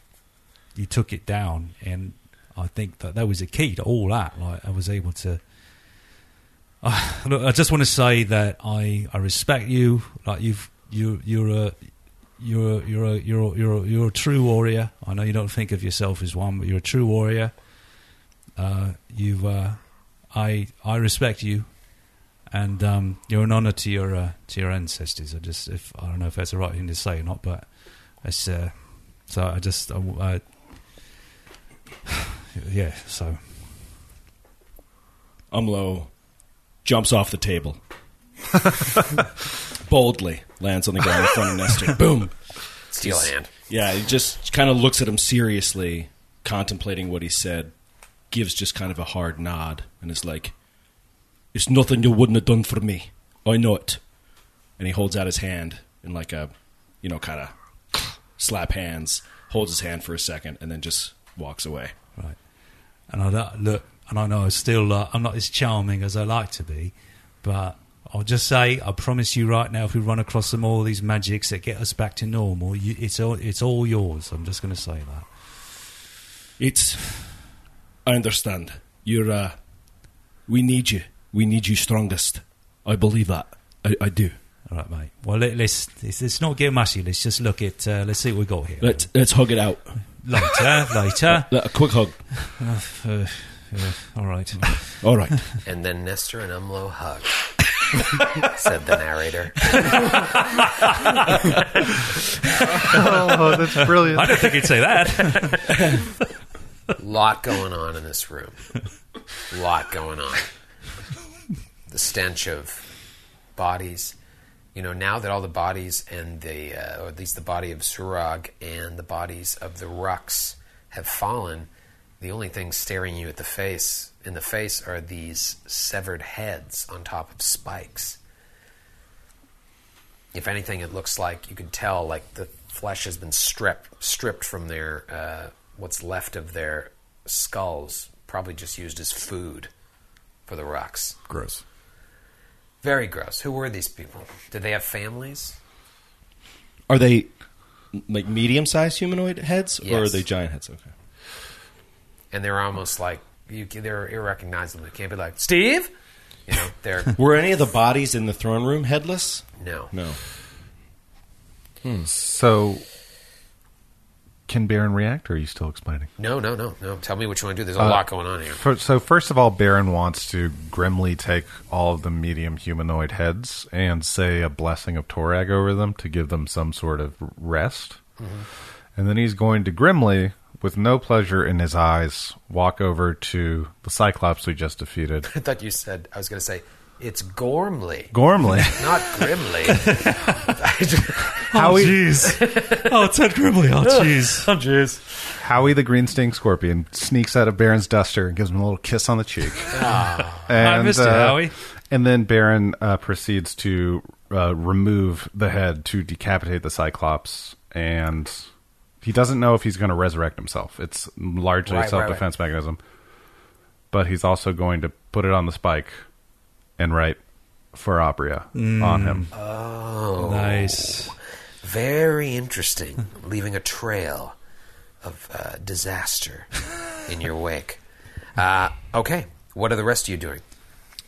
you took it down, and I think that that was a key to all that. Like, I was able to. Ah, look, I just want to say that I, I respect you. Like you've you you're a you're a, you're a, you're a, you're a, you're a true warrior. I know you don't think of yourself as one, but you're a true warrior. Uh, you've uh, I I respect you, and um, you're an honor to your uh, to your ancestors. I just if I don't know if that's the right thing to say or not, but it's uh, so I just I, I, yeah. So
Umlo jumps off the table. Boldly lands on the ground in front of Nestor. Boom.
Steal a hand.
Yeah, he just kind of looks at him seriously, contemplating what he said, gives just kind of a hard nod, and is like, It's nothing you wouldn't have done for me. I know it. And he holds out his hand in like a, you know, kind of slap hands, holds his hand for a second, and then just walks away.
right. And I don't- look, and I know I'm still uh, I'm not as charming as I like to be, but I'll just say I promise you right now, if we run across some more of these magics that get us back to normal, you, it's all it's all yours. I'm just going to say that.
It's. I understand. You're. Uh, we need you. We need you strongest. I believe that. I, I do.
All right, mate. Well, let, let's, let's let's not get mushy. Let's just look at uh, let's see what we got here.
Let's let's hug it out.
later, later.
Let- a quick hug.
Uh, yeah, all right.
All right.
And then Nestor and Umlo hug, said the narrator.
Oh, that's brilliant.
I don't think he'd say that.
lot going on in this room. lot going on. The stench of bodies. You know, now that all the bodies and the, uh, or at least the body of Surag and the bodies of the Rucks have fallen, the only things staring you at the face, in the face, are these severed heads on top of spikes. If anything, it looks like you can tell like the flesh has been stripped stripped from their uh, what's left of their skulls, probably just used as food for the rocks.
Gross.
Very gross. Who were these people? Did they have families?
Are they like medium-sized humanoid heads, or are
Yes.
they giant heads? Okay.
And they're almost like you. They're irrecognizable. You can't be like Steve. You know, they're
Were any of the bodies in the throne room headless?
no.
No.
So, can Baron react, or are you still explaining?
No, no, no, no. Tell me what you want to do. There's a lot going on here.
Fir- so, first of all, Baron wants to grimly take all of the medium humanoid heads and say a blessing of Torag over them to give them some sort of rest. And then he's going to grimly, with no pleasure in his eyes, walk over to the Cyclops we just defeated.
I thought you said I was going to say it's Gormley,
Gormley.
not Grimley.
Howie,
Oh, Ted Grimley. Oh, jeez. oh, jeez.
Howie the Green Stink Scorpion sneaks out of Baron's duster and gives him a little kiss on the cheek.
Ah.
and, uh,
I missed it, Howie.
And then Baron uh, proceeds to uh, remove the head to decapitate the Cyclops, and he doesn't know if he's going to resurrect himself. It's largely
Right,
a
right,
self defense mechanism. But he's also going to put it on the spike and write for Opria
Mm.
on him.
Nice.
Very interesting. Leaving a trail of uh, disaster in your wake. Uh, okay, what are the rest of you doing?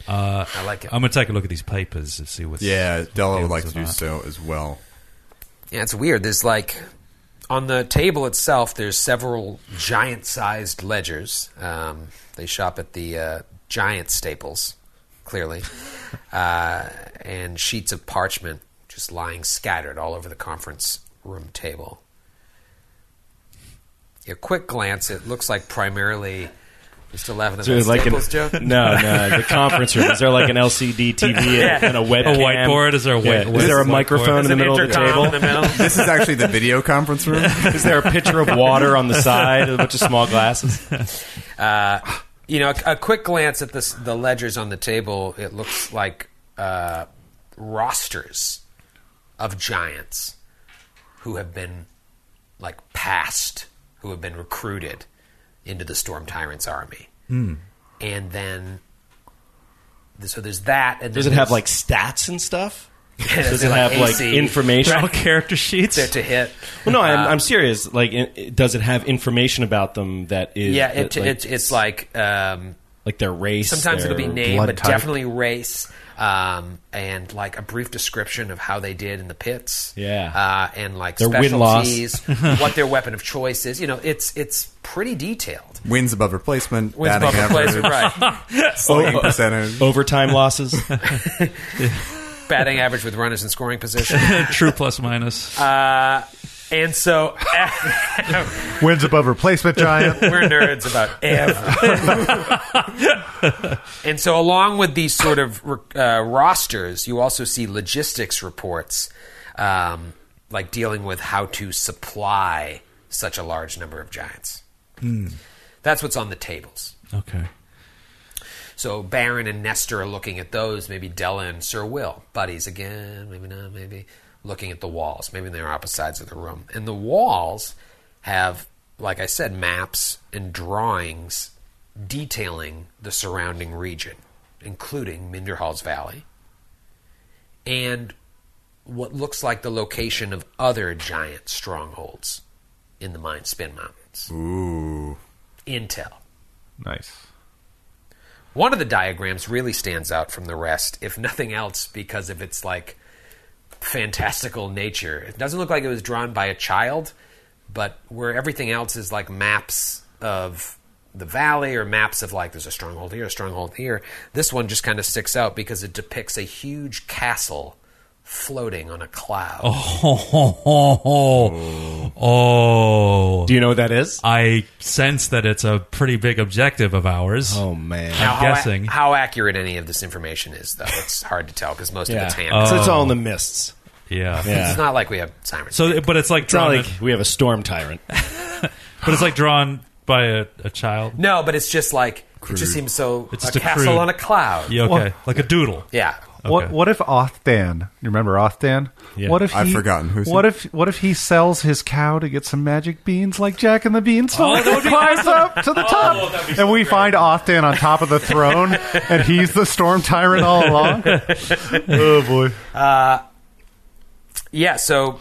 Uh, I like it.
I'm going to take a look at these papers and see what's.
Yeah, Della would
deals
like to
with
do
that.
so as well.
Yeah, it's weird. There's like on the table itself. There's several giant-sized ledgers. Um, they shop at the uh, giant staples, clearly, uh, and sheets of parchment just lying scattered all over the conference room table. A quick glance, it looks like primarily Mr. Levin and the staples joke.
No, no. The conference room. Is there like an LCD TV and a webcam?
A whiteboard? Is there a
Yeah.
white?
Is there a microphone in the middle of the table?
This is actually the video conference room.
Is there a pitcher of water on the side? A bunch of small glasses.
you know, a, a quick glance at this, the ledgers on the table, it looks like uh, rosters of giants who have been like passed, who have been recruited into the Storm Tyrant's army,
Hmm.
and then so there's that. And
Does it
then
have
there's-
like stats and stuff?
Yeah,
Does it have like
AC
information?
Brown character sheets.
there to hit?
Well, no, I'm,
Uh,
I'm serious. Like, it, it- does it have information about them that is?
Yeah, it,
that, like,
it's it's like um,
like their race.
Sometimes
their
it'll be name,
blood
but
type.
definitely race, um, and like a brief description of how they did in the pits.
Yeah.
uh, and like
Their win-loss.
specialties, what their weapon of choice is. You know, it's it's pretty detailed.
Wins above replacement.
Wins
batting
above replacement,
average,
right?
slugging percentage.
overtime losses.
Batting average with runners in scoring position,
True plus minus.
and so
Wins above replacement giant.
we're nerds about everything. and so, along with these sort of uh, rosters, you also see logistics reports, um, like dealing with how to supply such a large number of giants. That's what's on the tables.
okay.
So Baron and Nestor are looking at those. Maybe Della and Sir Will, buddies again. Maybe not. Maybe looking at the walls. Maybe they're opposite sides of the room. And the walls have, like I said, maps and drawings detailing the surrounding region, including Minderhall's Valley, and what looks like the location of other giant strongholds in the Mind Spin Mountains. Ooh, intel.
nice.
One of the diagrams really stands out from the rest, if nothing else, because of its like fantastical nature. It doesn't look like it was drawn by a child, but where everything else is like maps of the valley or maps of like there's a stronghold here, a stronghold here, this one just kind of sticks out because it depicts a huge castle floating on a cloud.
Oh, oh, oh, oh. oh.
Do you know what that is?
I sense that it's a pretty big objective of ours.
Oh man.
Now, how,
I'm
ac-
guessing.
how accurate any of this information is, though, it's hard to tell because most of
Yeah.
it's hand.
So it's all in the mists.
yeah.
It's not like we have sirens.
Uh, So, but it's like
It's not
drawn,
like we have a storm tyrant.
but it's like drawn by a, a child.
No, but it's just like it just seems so.
It's
a
just a
castle
crude-
on a cloud.
Yeah, okay,
Well-
like a doodle.
Yeah.
What what if Othdan? You remember Othdan?
Yeah.
What if
I've
he-
forgotten. Who's
what
he?
if what if he sells his cow to get some magic beans like Jack and the Beanstalk? and climbs up to the top, and we find Othdan on top of the throne, and he's the storm tyrant all along. oh boy!
Yeah, so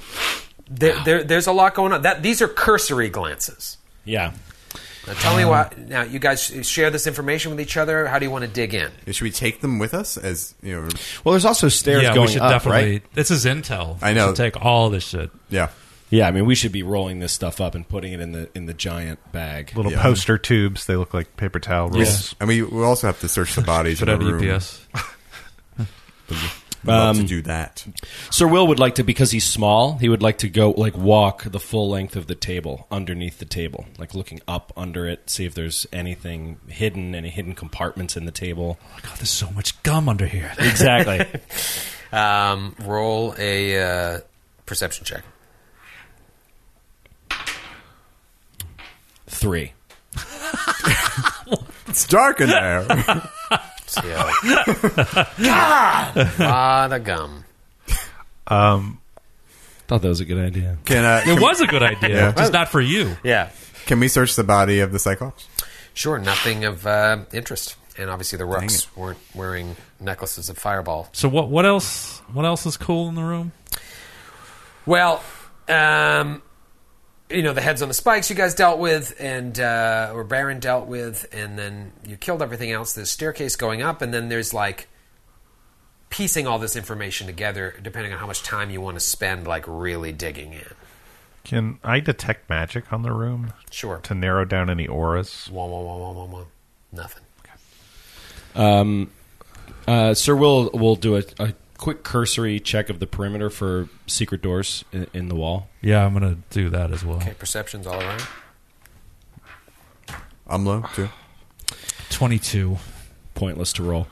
there, there, there's a lot going on. That these are cursory glances.
Yeah.
Now tell
Um,
me what. Now you guys sh- share this information with each other. How do you want to dig in?
Should we take them with us? As you know,
Well, there's also stairs
yeah,
going
we should
up,
definitely.
right?
This is intel.
I know.
We should take all this shit.
yeah.
Yeah, I mean, we should be rolling this stuff up and putting it in the in the giant bag.
Little
Yeah.
poster tubes. They look like paper towel rolls.
And we we also have to search the bodies
Put
in
out E
the room.
EPS.
We'd love to
Um,
do that.
Sir Will would like to because he's small. He would like to go like walk the full length of the table underneath the table, like looking up under it, see if there's anything hidden, any hidden compartments in the table.
Oh my god, there's so much gum under here.
Exactly.
Um, roll a uh, perception check.
Three.
It's dark in there. uh,
See how- God, lot of gum.
Thought that was a good idea.
can uh,
It
can,
was a good idea, just not for you.
Yeah,
can we search the body of the Cyclops?
sure. Nothing of uh, interest, and obviously the rooks weren't wearing necklaces of fireball.
So what? What else? What else is cool in the room?
Well, um, you know, the heads on the spikes you guys dealt with, and uh, or Baron dealt with, and then you killed everything else. There's staircase going up, and then there's like piecing all this information together, depending on how much time you want to spend, like really digging in.
Can I detect magic on the room
Sure.
to narrow down any auras?
Wah, wah, wah, wah, wah, wah. Nothing.
Uh, Sir Will will do a, a quick cursory check of the perimeter for secret doors in, in the wall.
Yeah, I'm gonna do that as well.
Okay, perceptions all around.
Umlo too.
Twenty-two.
Pointless to roll.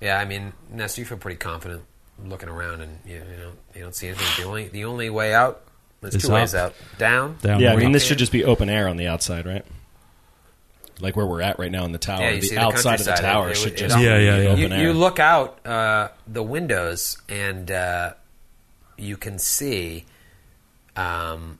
Yeah, I mean, Nest, you feel pretty confident looking around, and you, you know you don't see anything. The only the only way out. There's
Is
two ways out:
up.
down.
Down.
yeah, I
we
mean,
go.
this should just be open air on the outside, right? Like where we're at right now in the tower.
Yeah, you
the
see the
outside of the
countryside.
tower
It- it-
should
it
just
all-
be
Yeah, yeah, yeah.
open
you,
air.
you look out uh, the windows and uh, you can see, um,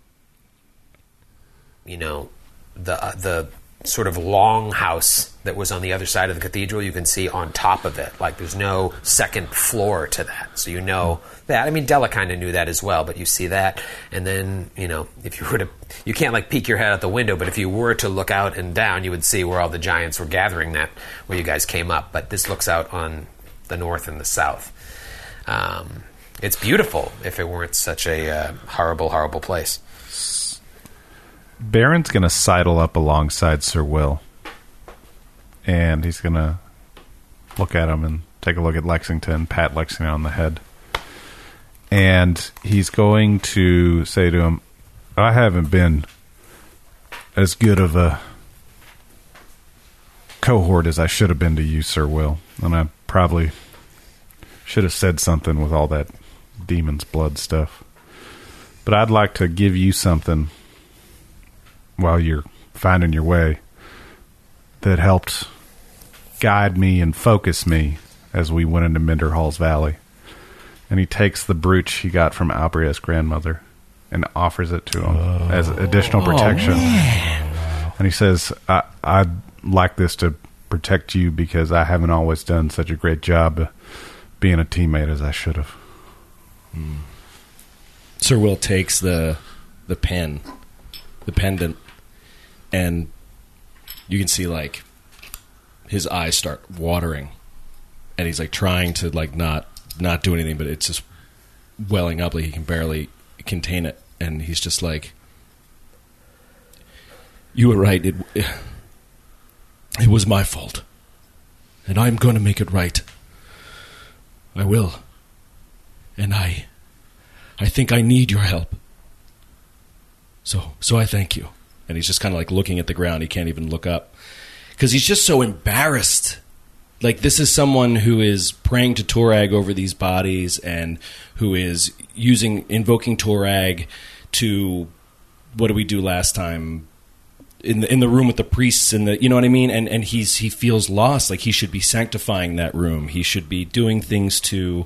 you know, the uh, the sort of long house that was on the other side of the cathedral. You can see on top of it, like there's no second floor to that, so you know that. I mean, Della kind of knew that as well, but you see that, and then you know, if you were to, you can't like peek your head out the window, but if you were to look out and down, you would see where all the giants were gathering. That where you guys came up, but this looks out on the north and the south. Um, it's beautiful if it weren't such a uh, horrible, horrible place.
Baron's going to sidle up alongside Sir Will. And he's going to look at him and take a look at Lexington, pat Lexington on the head. And he's going to say to him, I haven't been as good of a cohort as I should have been to you, Sir Will. And I probably should have said something with all that demon's blood stuff. But I'd like to give you something while you're finding your way that helped guide me and focus me as we went into Minder Hall's Valley. And he takes the brooch he got from Albria's grandmother and offers it to him as additional protection. and he says, I, I'd like this to protect you because I haven't always done such a great job of being a teammate as I should have.
Sir Will takes the the pen, the pendant, and you can see like his eyes start watering, and he's like trying to like not not do anything, but it's just welling up. Like he can barely contain it, and he's just like, "You were right. It it was my fault, and I'm going to make it right. I will, and I." I think I need your help. So, so I thank you. And he's just kind of like looking at the ground. He can't even look up because he's just so embarrassed. Like this is someone who is praying to Torag over these bodies and who is using invoking Torag to what did we do last time? in the, in the room with the priests and the you know what I mean and and he's he feels lost like he should be sanctifying that room he should be doing things to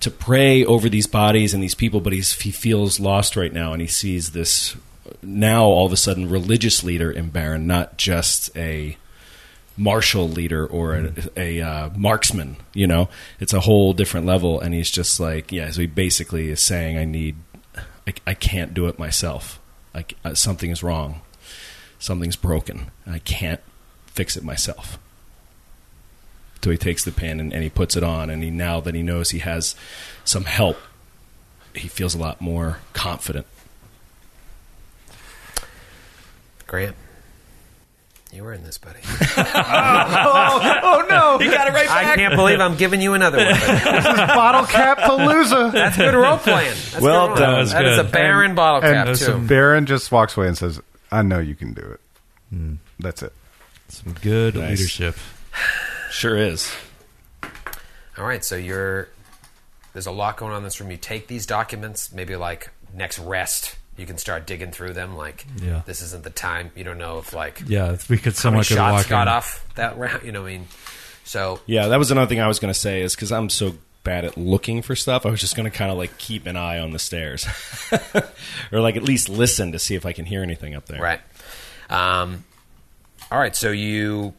to pray over these bodies and these people but he's he feels lost right now and he sees this now all of a sudden religious leader in Baron not just a martial leader or a, a uh, marksman. You know, it's a whole different level. And he's just like, yeah. So he basically is saying, I need, I, I can't do it myself. Like uh, something is wrong, something's broken. and I can't fix it myself. So he takes the pin and, and he puts it on, and he now that he knows he has some help, he feels a lot more confident.
Grant, you were in this, buddy.
He got it right
I can't believe I'm giving you another one. buddy.
Bottle cap palooza.
That's good role playing. That's
Well
good
done.
role playing.
That was
That is
good.
a barren bottle cap
and
too.
Baron just walks away and says, "I know you can do it."
Hmm.
That's it.
Some good
Nice.
leadership.
Sure is.
All right, so you're there's a lot going on in this room. You take these documents, maybe like next rest, you can start digging through them. Like,
Yeah.
this isn't the time. You don't know if like
Yeah, if we could
how many
someone could
shots
walk
got
in.
off that round. You know, what I mean, so
Yeah, that was another thing I was going to say is because I'm so bad at looking for stuff, I was just going to kind of like keep an eye on the stairs, or like at least listen to see if I can hear anything up there.
right. Um, all right, so you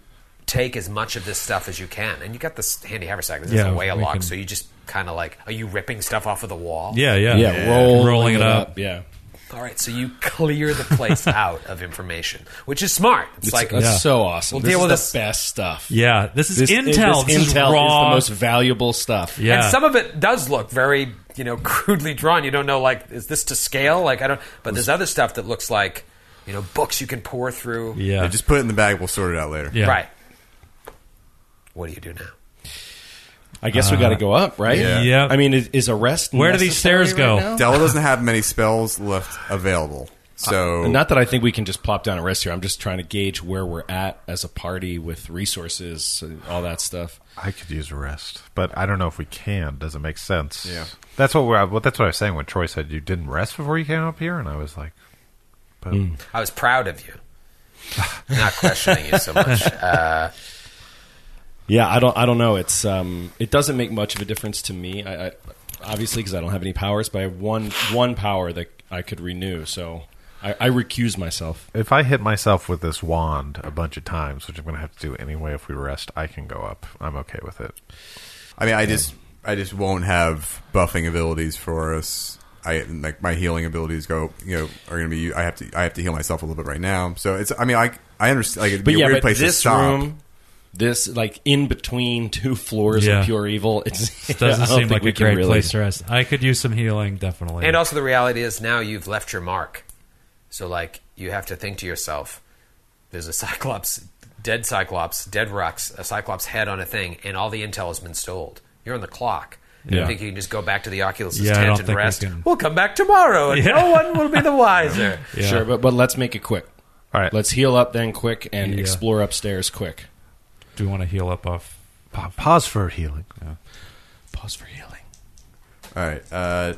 take as much of this stuff as you can, and you got this handy haversack. This
Yeah,
doesn't weigh a
we
lot,
can-
so you just kind of like, are you ripping stuff off of the wall?
Yeah, yeah,
Yeah, roll-
rolling it up.
Yeah,
All right, so you clear the place out of information, which is smart. It's,
it's
like
like that's
Yeah.
so awesome.
We'll
this
deal
is
with
the
this-
best stuff.
Yeah, this is
This
intel.
This,
This, is
intel
raw.
the most valuable stuff.
yeah,
And some of it does look very, you know, crudely drawn. You don't know, like, is this to scale? Like, I don't. But there's other stuff that looks like, you know, books you can pour through.
yeah,
Just put it in the bag. We'll sort it out later.
yeah.
Right. What do you do now?
I guess we got to go up, right?
Yeah.
Yeah.
I mean, is, is a rest?
Where do these
necessary
stairs go?
right now?
Della doesn't have many spells left available. So
Not that I think we can just plop down and rest here. I'm just trying to gauge where we're at as a party with resources, and all that stuff.
I could use a rest, but I don't know if we can. Does it make sense?
Yeah.
That's what we're. Well, that's what I was saying when Troy said you didn't rest before you came up here, and I was like, but
I was proud of you. Not questioning you so much. Uh,
Yeah, I don't. I don't know. It's um, it doesn't make much of a difference to me. I, I obviously because I don't have any powers, but I have one one power that I could renew. So I, I recuse myself.
if I hit myself with this wand a bunch of times, which I'm going to have to do anyway if we rest, I can go up. I'm okay with it.
I mean, I just I just won't have buffing abilities for us. I like my healing abilities go you know are going to be I have to I have to heal myself a little bit right now. So it's I mean I I understand like it'd be
But
a
yeah,
weird
but
place to
this
stop.
room, this like in between two floors
Yeah.
of pure evil, it's,
It doesn't
I don't
seem
think
like
we
a
can
great
really-
place to rest. I could use some healing, definitely.
and also, the reality is now you've left your mark. So, like, you have to think to yourself: there's a cyclops, dead cyclops, dead rocks, a cyclops head on a thing, and all the intel has been stole. You're on the clock. You
Yeah.
think you can just go back to the Oculus
Yeah, I don't
tent and
think we
rest?
can-
We'll come back tomorrow, and
Yeah.
no one will be the wiser.
Yeah.
Sure, but but let's make it quick.
All right.
Let's heal up then quick and
Yeah.
explore upstairs quick.
do we want to heal up off?
Pa- pause for healing.
Pause for healing.
All right, uh,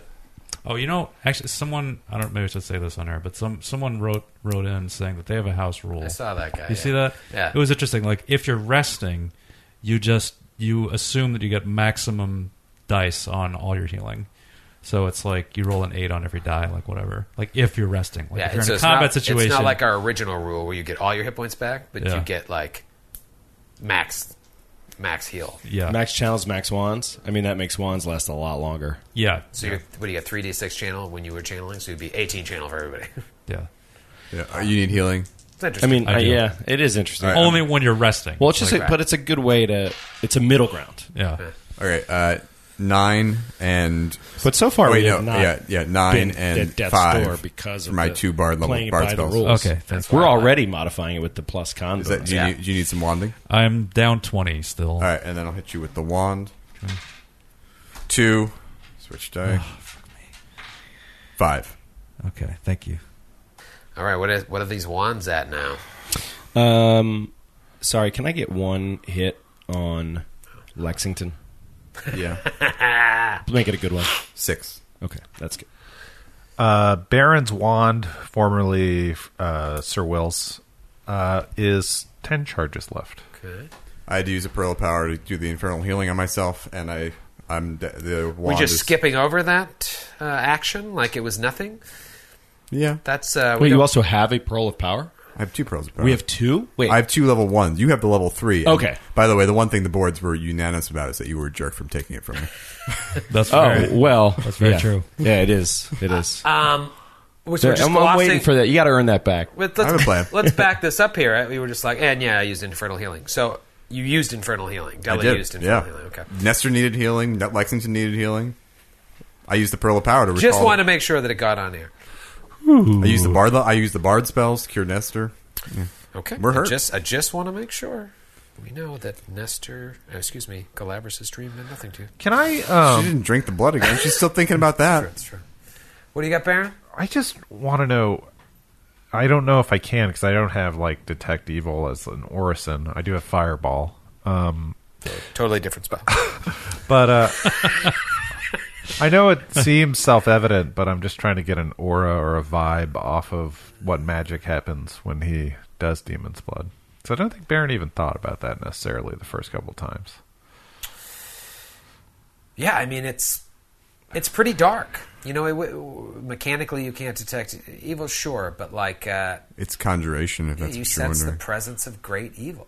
Oh, you know, actually, someone I don't maybe I should say this on air, but some someone wrote wrote in saying that they have a house rule.
I saw that guy.
You
yeah.
see that?
Yeah.
It was interesting. Like if you're resting, you just you assume that you get maximum dice on all your healing. So it's like you roll an eight on every die, like whatever. Like if you're resting, like
Yeah,
if you're
and so
in a
it's
combat
not,
situation,
It's not like our original rule where you get all your hit points back, but
Yeah.
you get like max max heal.
yeah,
Max channels, max wands. I mean, that makes wands last a lot longer.
yeah,
So you're, what do you get? Three D six channel when you were channeling, so you'd be eighteen channel for everybody.
yeah.
yeah, you need healing.
it's
I
interesting.
mean,
I
I-
do.
yeah, it is interesting.
All right.
Only when you're resting.
Well, it's just,
Like,
a, but it's a good way to. It's a middle ground.
yeah,
All right, uh, nine and
But so far,
wait
we
no
have not
yeah yeah nine
been
and
at death's
five
door because
for
of
my
the
two bard level
playing
bard
by
spells.
The rules.
Okay, that's
we're already modifying it with the plus combo.
Is that, do, you
Yeah.
need, do you need some wanding?
I'm down twenty still.
All right, and then I'll hit you with the wand. Two, switch die.
Oh,
Five.
Okay, thank you.
all right, what is what are these wands at now?
um, sorry, can I get one hit on Lexington?
Yeah,
Make it a good one.
six.
Okay, that's good.
Uh, Baron's wand, formerly uh, Sir Will's, uh, is ten charges left.
Okay.
I had to use a pearl of power to do the infernal healing on myself, and I, I'm de- the
We
wand
just
is-
skipping over that uh, action like it was nothing.
Yeah,
That's uh, we
Wait, you
don't-
also have a pearl of power?
I have two pearls of power.
We have two? Wait.
I have two level ones. You have the level three. And
Okay.
By the way, the one thing the boards were unanimous about is that you were a jerk from taking it from me.
That's
oh,
very,
well.
That's very
yeah.
true.
Yeah, it is. It is.
um, which
There-
we're just
I'm, I'm waiting
glossing-
for that. You got to earn that back.
But
I have a
let's,
plan.
let's back this up here. right? We were just like, and yeah, I used infernal healing. So you used infernal healing.
I
Della
did.
used infernal
yeah. Mm-hmm.
healing. Okay.
Nestor needed healing. Ne- Lexington needed healing. I used the pearl of power to recall.
Just wanted to make sure that it got on air.
I used the bard. I used the bard spells to cure Nestor.
Okay.
We're hurt.
I just, I just want to make sure we know that Nestor, uh, excuse me, Galabras' dream meant nothing to you.
Can I?
she
Um,
didn't drink the blood again. She's still thinking about that.
That's true. What do you got, Baron?
I just want to know. I don't know if I can because I don't have like detect evil as an orison. I do have fireball,
Totally different spell.
but uh, I know it seems self-evident. But I'm just trying to get an aura or a vibe off of what magic happens when he does demon's blood. So I don't think Baron even thought about that necessarily the first couple times.
yeah, I mean it's it's pretty dark. You know, it, w- mechanically you can't detect evil, sure, but like uh,
It's conjuration, if that's
you
what you're
sense the
wondering.
presence of great evil.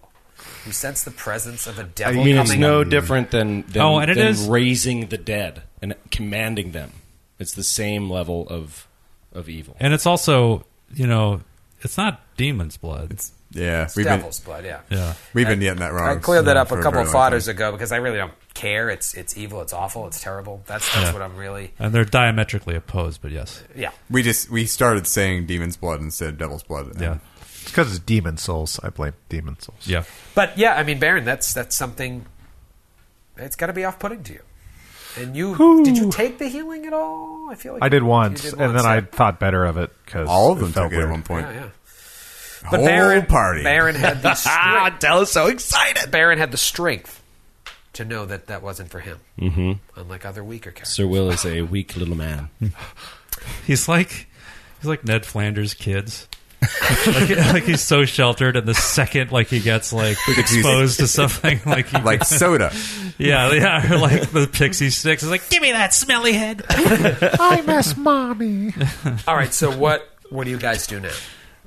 You sense the presence
Uh,
of a devil
I mean, it's
coming.
no different than, than,
Oh, and it
than
is-
raising the dead and commanding them. It's the same level of of evil.
And it's also, you know, it's not demon's blood.
It's- yeah,
It's
we've been
devil's blood. Yeah.
yeah.
we've been getting that wrong.
I cleared that up
for
a couple
very
of
long time.
fodders ago because I really don't care. It's it's evil. It's awful. It's terrible. That's that's what I'm really.
And they're diametrically opposed, but yes.
Yeah.
We just we started saying demon's blood instead of devil's blood. and
Yeah.
It's because it's demon souls. I blame demon souls.
Yeah.
But yeah, I mean, Baron, that's that's something. It's got to be off-putting to you. And you did you take the healing at all? I feel like
I did once,
you did
and then I
once,
thought better of it because
All of them
felt
took it at
weird.
one point.
yeah. yeah, yeah.
Whole
Baron
party.
Baron had the
Ah,
strength.
Del is so excited.
Baron had the strength to know that that wasn't for him. Mm-hmm. Unlike other weaker characters.
Sir Will is a weak little man.
He's like he's like Ned Flanders' kids. like, like he's so sheltered, and the second like he gets like exposed to something, like he,
Like soda.
yeah, yeah, or, like the pixie sticks, is like give me that smelly head.
I miss mommy.
All right, so what what do you guys do now?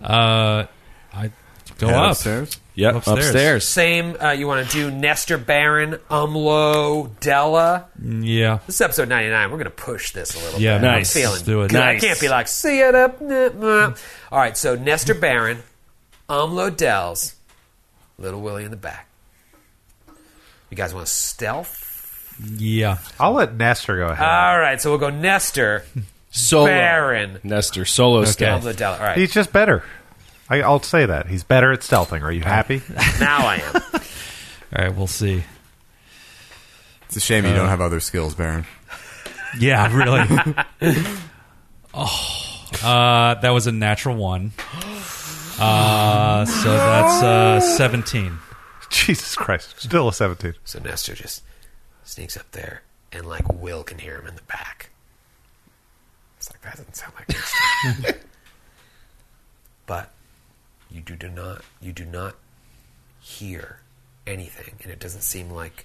Uh, I go
Head
up.
upstairs.
Yep,
Upstairs.
Same. Uh, you want to do Nestor Baron, Umlo, Della.
Yeah,
This is episode 99. We're going to push this a little
yeah,
bit.
nice.
I'm feeling
Let's do it.
good. I can't be like, see it up. nah, nah." All right, so Nestor Baron, Umlo Dells, Little Willie in the back. You guys want stealth?
Yeah,
I'll let Nestor go ahead.
All right, so we'll go Nestor, Oh,
Solo.
Baron,
Nestor, solo stealth.
Umlo Della. All right,
He's just better. I, I'll say that he's better at stealthing. Are you happy?
now I am.
all right, we'll see.
It's a shame you
Uh,
don't have other skills, Baron.
Yeah, really. oh, uh, that was a natural one. Uh, so that's uh, seventeen.
Jesus Christ! Still a seventeen.
So Nestor just sneaks up there, and like Will can hear him in the back. It's like that doesn't sound like Nestor. but you do, do not you do not hear anything, and it doesn't seem like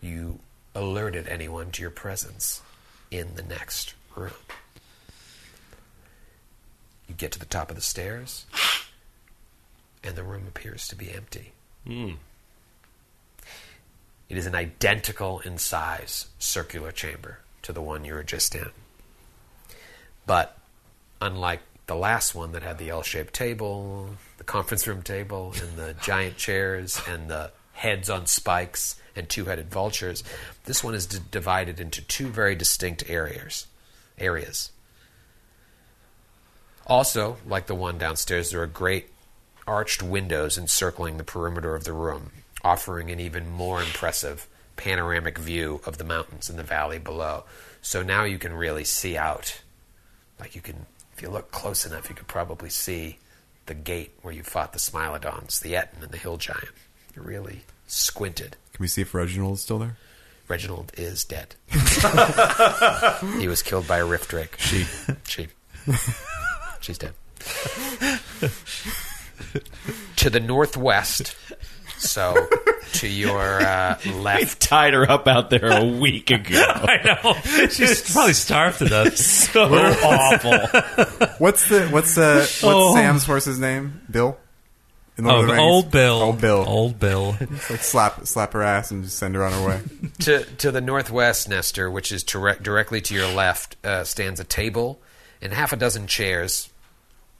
you alerted anyone to your presence in the next room. You get to the top of the stairs, and the room appears to be empty. It is an identical in size circular chamber to the one you were just in. But unlike the last one that had the L shaped table, the conference room table, and the giant chairs, and the heads on spikes, and two headed vultures, this one is d- divided into two very distinct areas. areas. Also, like the one downstairs, there are great arched windows encircling the perimeter of the room, offering an even more impressive panoramic view of the mountains and the valley below. So now you can really see out. Like you can, if you look close enough, you could probably see the gate where you fought the Smilodons, the Etin, and the Hill Giant. You really squinted.
Can we see if Reginald is still there?
Reginald is dead. he was killed by a rift drake. She. She. She's dead. to the northwest. So to your uh, left.
Tied her up out there a week ago.
I know. She's probably starved to death.
We're awful.
What's the what's uh what's
Oh.
Sam's horse's name? Bill. In Lord of
Oh,
the Rings?
old Bill.
Old Bill.
Old Bill.
Just, like slap slap her ass and just send her on her way.
to to the northwest, Nestor, which is direct, directly to your left, uh, stands a table and half a dozen chairs,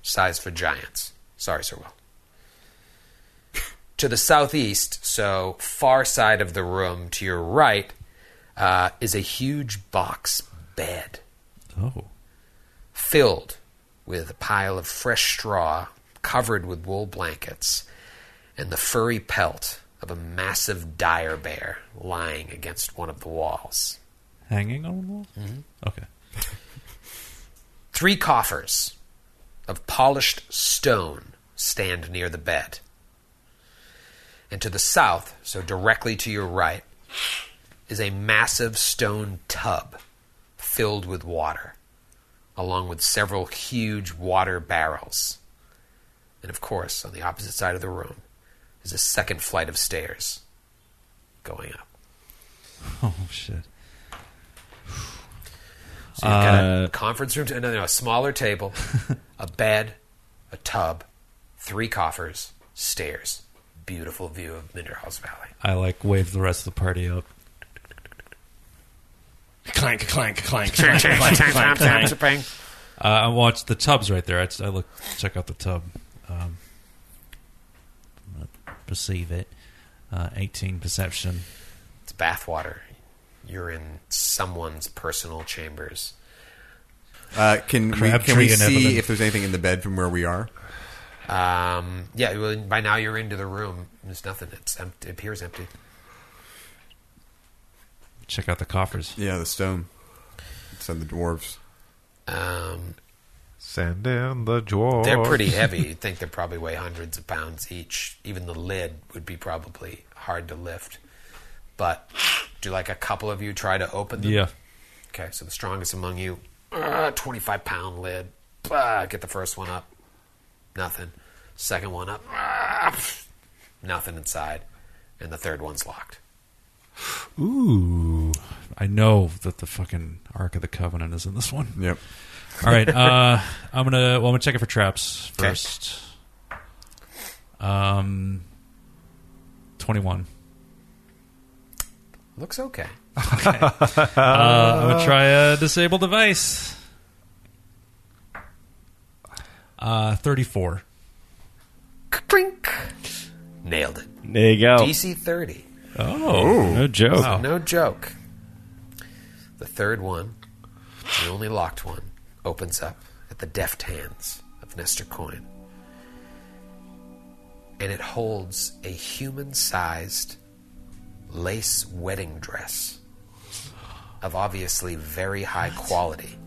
sized for giants. Sorry, Sir Will. to the southeast, so far side of the room, to your right, uh, is a huge box bed
Oh.
filled with a pile of fresh straw covered with wool blankets and the furry pelt of a massive dire bear lying against one of the walls.
Hanging on the wall? Okay.
Three coffers of polished stone stand near the bed. And to the south, so directly to your right, is a massive stone tub filled with water, along with several huge water barrels. And of course, on the opposite side of the room is a second flight of stairs going up.
Oh, shit.
So you've got a conference room, to, no, no, a smaller table, a bed, a tub, three coffers, stairs. Beautiful view of Minderhals Valley.
I like wave the rest of the party up.
clank, clank, clank, clank, clank, clank, clank.
Uh, I watched the tub's right there. I, I look, check out the tub. Um, perceive it. Uh, 18 perception.
It's bathwater. You're in someone's personal chambers.
Uh, can we,
Crabtree
can we
and
see
Evelyn.
if there's anything in the bed from where we are?
Um, yeah, well, by now you're into the room. There's nothing. It's empty. It appears empty.
Check out the coffers.
Yeah, the stone. Send the dwarves.
Um,
Send down the dwarves.
they're pretty heavy. You'd think they probably weigh hundreds of pounds each. Even the lid would be probably hard to lift. But do like a couple of you try to open them?
Yeah.
Okay, so the strongest among you, uh, 25 pound lid. Ah, get the first one up. Nothing. Second one up. Ah, nothing inside. And the third one's locked.
Ooh. I know that the fucking Ark of the Covenant is in this one.
Yep.
All right, uh, I'm gonna. Well, I'm gonna check it for traps
Okay.
first. Um, twenty-one.
Looks okay.
Uh, I'm gonna try a disabled device. Uh, thirty-four.
Clink. Nailed it.
There you go.
DC 30.
Oh,
No joke.
Wow.
No joke. The third one, the only locked one, opens up at the deft hands of Nestor Coin. And it holds a human sized lace wedding dress of obviously very high quality,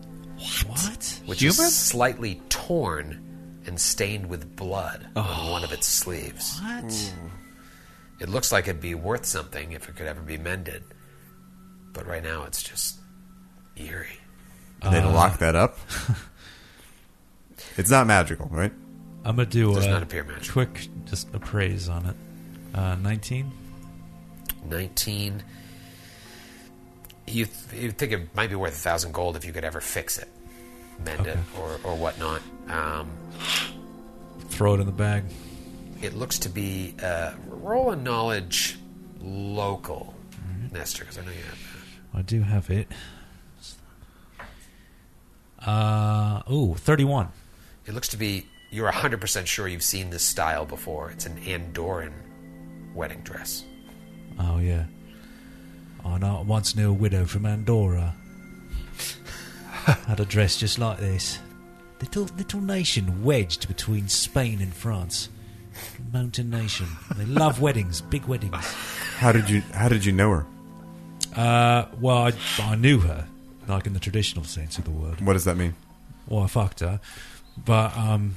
what?
which is slightly torn and stained with blood on
Oh.
one of its sleeves.
What?
It looks like it'd be worth something if it could ever be mended. But right now it's just eerie.
Did
Uh,
they lock that up? it's not magical, right?
I'm gonna do
Does
a
not appear magical.
quick just appraise on it. Uh, Nineteen.
19. You, th- you think it might be worth a thousand gold if you could ever fix it, mend it, or, or whatnot. Um,
Throw it in the bag.
it looks to be uh, roll a knowledge local, Nestor, because I know you have that.
I do have it. Uh, ooh, 31.
It looks to be you're 100% sure you've seen this style before. It's an Andoran wedding dress.
Oh yeah. Oh, I know- once knew a widow from Andorra. Had a dress just like this. Little little nation wedged between Spain and France. Mountain nation. They love weddings, big weddings.
How did you How did you know her?
Uh, well, I, I knew her, like in the traditional sense of the word.
What does that mean?
Well, I fucked her, but um,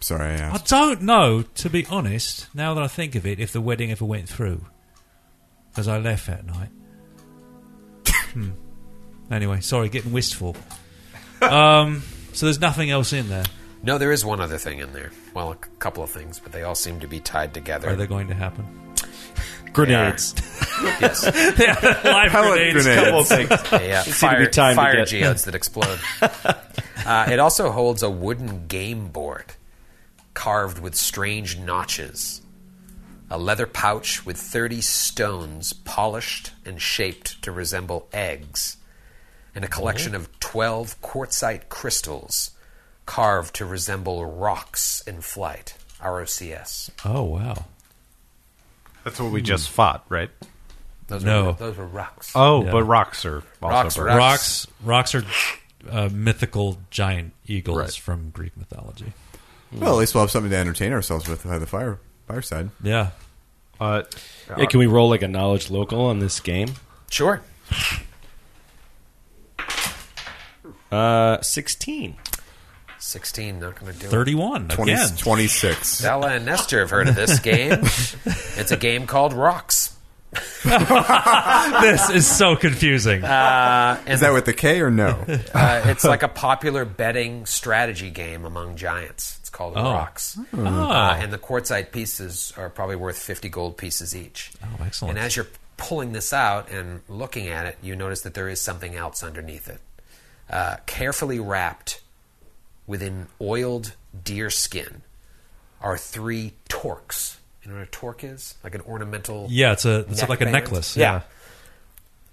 Sorry, I
I
asked.
don't know. To be honest, now that I think of it, if the wedding ever went through, because I left that night. hmm. Anyway, sorry, getting wistful. Um, so there's nothing else in there.
No, there is one other thing in there. Well, a c- couple of things, but they all seem to be tied together.
Are they going to happen?
Grenades.
Live
Pellet grenades.
a uh,
seemed to
fire,
be timed
fire
to get-
geodes that explode. uh, it also holds a wooden game board carved with strange notches, a leather pouch with 30 stones polished and shaped to resemble eggs, and a
Oh.
collection of 12 quartzite crystals carved to resemble rocks in flight. ROCS.
Oh wow!
That's what we just fought, right?
Those
No.
were, those were rocks.
Oh,
Yeah.
but rocks are also
Rocks,
birds.
Rocks.
Rocks, rocks are uh, mythical giant eagles
Right.
from Greek mythology.
Well, at least we'll have something to entertain ourselves with by the fire fireside.
Yeah,
Uh,
Hey, can we roll like a knowledge local on this game?
Sure.
Uh, sixteen.
16, not going to do it.
thirty-one
20,
again.
26.
Della and Nestor have heard of this game. it's a game called Rocks.
this is so confusing.
Is that with the K or no?
Uh, it's like a popular betting strategy game among giants. It's called Rocks.
Oh.
Ah.
Uh, and the quartzite pieces are probably worth 50 gold pieces each.
Oh, excellent.
And as you're pulling this out and looking at it, you notice that there is something else underneath it. Uh, carefully wrapped within oiled deer skin are three torques. You know what a torque is? Like an ornamental.
yeah, it's a it's like a
neckband.
necklace.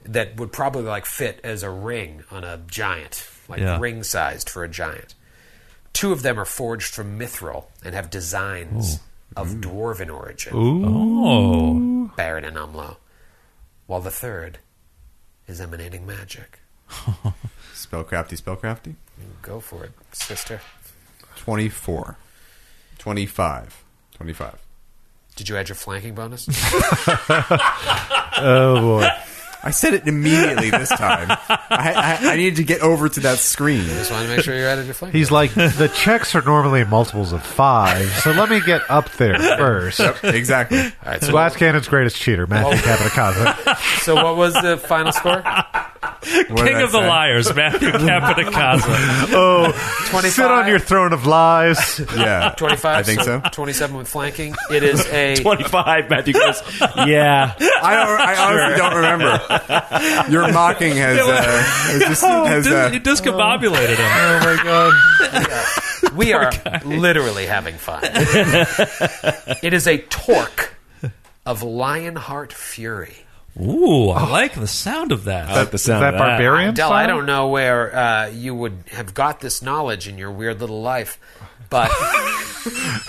That would probably like fit as a ring on a giant, like
Yeah.
ring sized for a giant. Two of them are forged from mithril and have designs of dwarven origin,
Oh,
Baron and Umlo, while the third is emanating magic.
spellcrafty, spellcrafty.
Go for it, sister.
24. 25. 25.
Did you add your flanking bonus?
I said it immediately this time. I, I, I needed to get over to that screen.
Just wanted to make sure you added your flanking.
He's like, the checks are normally multiples of five, so let me get up there first.
Exactly.
All right, so,
Glass Cannon's greatest cheater, Matthew
Oh.
Capitacasa.
so what was the final score?
What did
king
I
of the
say?
liars, Matthew Capitacasa.
Oh, sit on your throne of lies.
Yeah.
25.
I think so.
27 with flanking. It is a.
Twenty-five. Matthew goes. Yeah.
I, don't, I honestly don't remember. Your mocking has, uh, has just. Has, uh,
you discombobulated him.
Oh my god.
We are literally having fun. it is a torque of Lionheart Fury.
Ooh,
Oh.
I like the sound of that.
I like the
Is
sound
that
of that.
barbarian?
Dell, I
style?
don't know where uh, you would have got this knowledge in your weird little life, but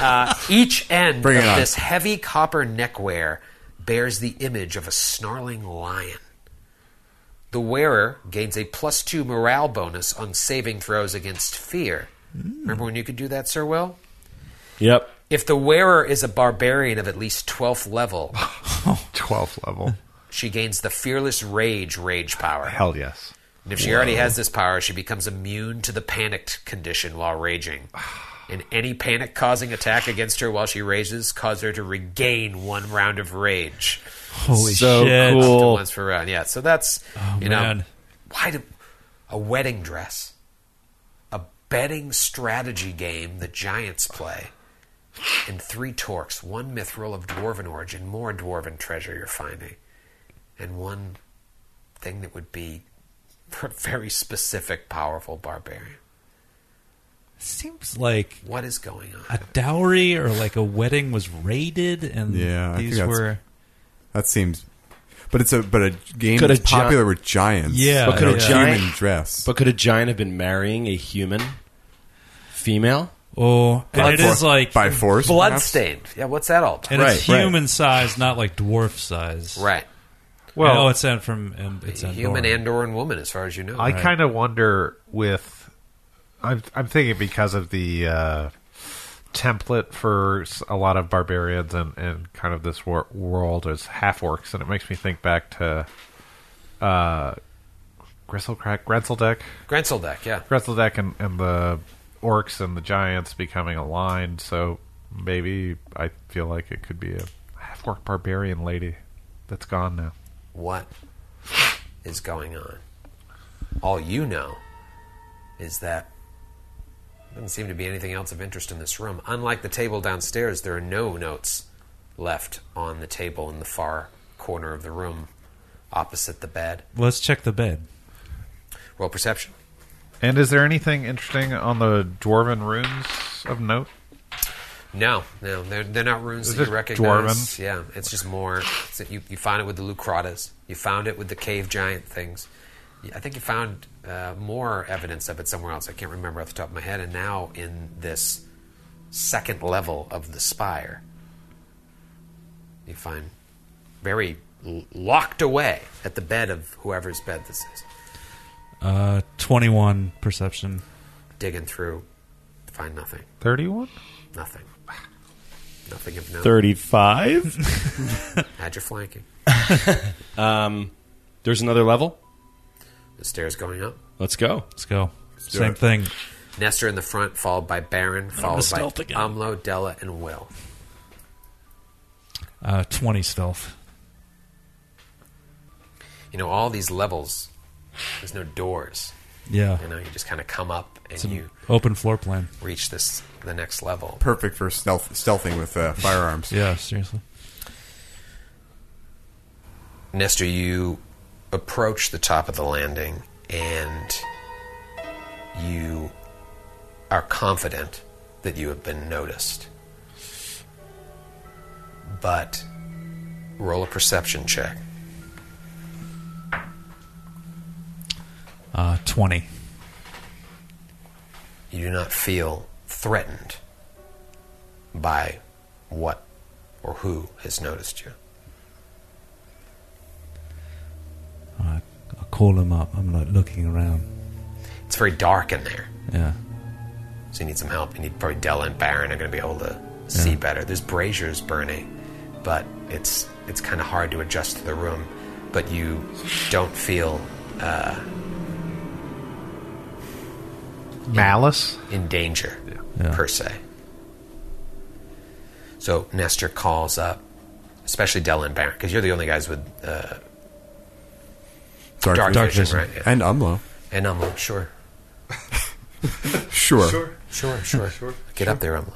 uh, each end
Bring
of
it on.
this heavy copper neckwear bears the image of a snarling lion. The wearer gains a plus two morale bonus on saving throws against fear. Remember when you could do that, Sir Will?
Yep.
If the wearer is a barbarian of at least 12th level,
12th level.
she gains the fearless rage rage power.
Hell yes.
And if she already has this power, she becomes immune to the panicked condition while raging. And any panic causing attack against her while she rages cause her to regain one round of rage.
Holy
So
shit.
Up to
cool.
Once per round. uh, Yeah. So that's you know
man.
why do a wedding dress, a betting strategy game the giants play, and three torques, one mithril of dwarven origin, more dwarven treasure you're finding, and one thing that would be for a very specific, powerful barbarian.
Seems like
What is going on?
a dowry or like a wedding was raided and
Yeah, I think
these
that's-
were
That seems. But it's a but a game
Could
that's
a gi-
popular with giants.
Yeah,
but
But could
could
a
human
giant-
dress?
But could a giant have been marrying a human female?
oh and it
For-
is like
by force, perhaps?
Bloodstained. Yeah, what's that all about?
and it's
Right, right.
human size not like dwarf size
Right.
well
Well-
no it's sent from and it's
Human
Andorra.
Andoran woman, as far as you know.
I kind of wonder with. I'm, I'm thinking because of the uh, template for s- a lot of barbarians and, and kind of this wor- world as half orcs, and it makes me think back to uh, Gristlecrack, Grenzeldeck,
Grenzeldeck, yeah.
Grenzeldeck, and, and the orcs and the giants becoming aligned. So maybe I feel like it could be a half orc barbarian lady that's gone now.
what is going on. All you know is that Doesn't seem to be anything else of interest in this room. Unlike the table downstairs, there are no notes left on the table in the far corner of the room, opposite the bed.
Let's check the bed.
Roll perception.
And is there anything interesting on the dwarven runes of note?
No, no, they're, they're not runes
Is
that
this
you recognize.
dwarven?
Yeah, it's just more. it's that you, you found it with the Lucratas. You found it with the cave giant things. You- I think you found uh, more evidence of it somewhere else. I can't remember off the top of my head. And now in this second level of the spire, you find very l- locked away at the bed of whoever's bed this is.
Uh, 21 perception.
Digging through, find nothing,
31?
nothing, nothing of note.
35?
Add your flanking.
There's another level.
The stairs going up.
Let's go.
Let's go. Same thing.
Nestor in the front, followed by Baron, followed by Umlo, Della, and Will.
Uh, 20 stealth.
You know, all these levels, there's no doors.
Yeah.
You know, you just kind of come up and you
Open floor plan.
reach this the next level.
Perfect for stealth, stealthing with uh, firearms.
Yeah, seriously.
Nestor, you approach the top of the landing and you are confident that you have been noticed. But roll a perception check.
Uh, 20.
you do not feel threatened by what or who has noticed you.
I, I call him up. I'm like looking around.
It's very dark in there,
Yeah.
so you need some help. You need probably Della and Baron are going to be able to see better. There's braziers burning, but it's it's kind of hard to adjust to the room. But you don't feel
Malice?
in danger per se. So Nestor calls up, especially Della and Baron, because you're the only guys with uh,
Dark,
dark,
vision.
vision, right? Yeah.
And Umlo.
And I'm like, sure.
Sure.
Sure, sure. Get up there, Umla.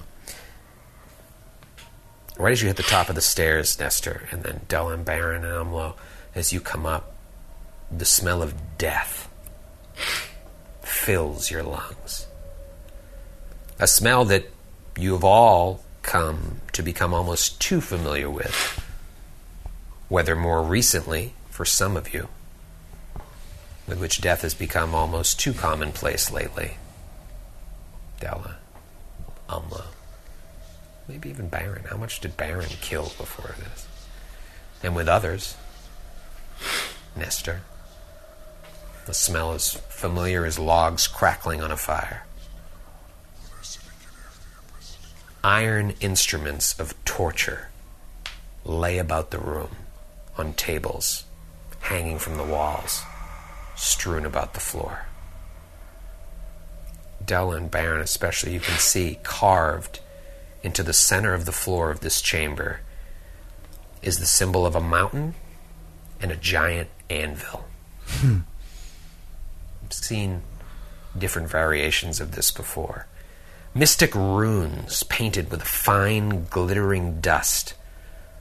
Right as you hit the top of the stairs, Nestor, and then Dell and Baron and Umlo, as you come up, the smell of death fills your lungs. A smell that you have all come to become almost too familiar with, whether more recently, for some of you, with which death has become almost too commonplace lately. Della, Umla, maybe even Baron. How much did Baron kill before this? And with others, Nestor. The smell is familiar as logs crackling on a fire. Iron instruments of torture lay about the room, on tables, hanging from the walls, strewn about the floor. Della and Baron, especially, you can see carved into the center of the floor of this chamber is the symbol of a mountain and a giant anvil. I've seen different variations of this before. Mystic runes painted with fine, glittering dust,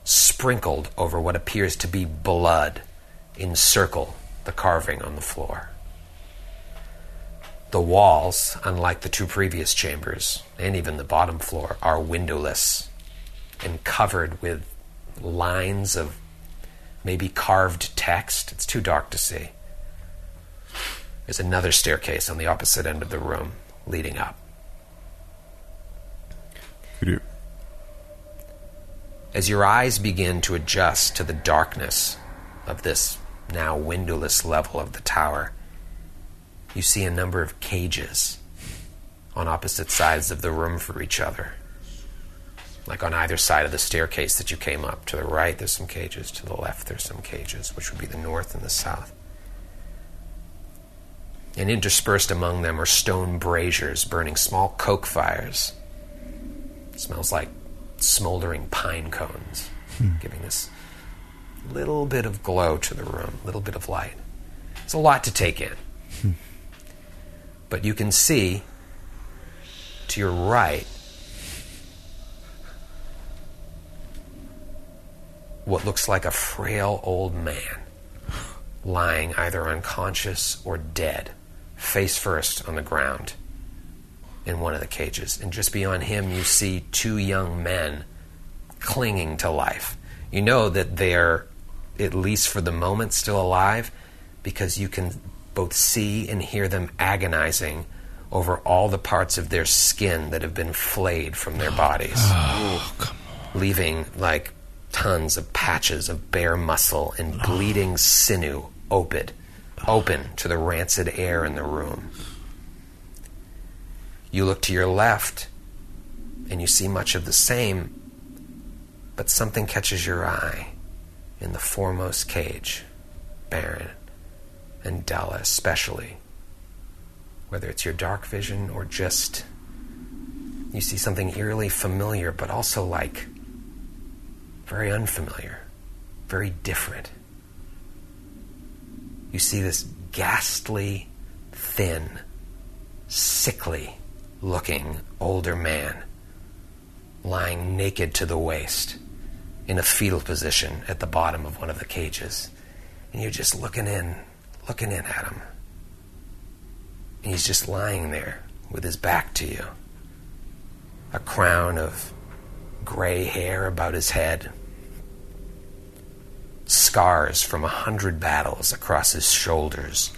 sprinkled over what appears to be blood, encircle the carving on the floor. The walls, unlike the two previous chambers, and even the bottom floor, are windowless and covered with lines of maybe carved text. It's too dark to see. There's another staircase on the opposite end of the room leading up.
Could you-
As your eyes begin to adjust to the darkness of this now windowless level of the tower, you see a number of cages on opposite sides of the room for each other. Like on either side of the staircase that you came up. To the right, there's some cages. To the left, there's some cages, which would be the north and the south. And interspersed among them are stone braziers burning small coke fires. smells like smoldering pine cones, giving this little bit of glow to the room, little bit of light. It's a lot to take in. but you can see to your right, what looks like a frail old man lying either unconscious or dead, face first on the ground in one of the cages. And just beyond him, you see two young men clinging to life. You know that they're, at least for the moment, still alive because you can both see and hear them agonizing over all the parts of their skin that have been flayed from their bodies, leaving like tons of patches of bare muscle and bleeding sinew open, open to the rancid air in the room. You look to your left and you see much of the same, but something catches your eye in the foremost cage, Baron, and Della especially. Whether it's your dark vision or just you see something eerily familiar, but also like very unfamiliar, very different. You see this ghastly, thin, sickly looking older man lying naked to the waist in a fetal position at the bottom of one of the cages. And you're just looking in, looking in at him. And he's just lying there with his back to you. A crown of gray hair about his head, scars from a hundred battles across his shoulders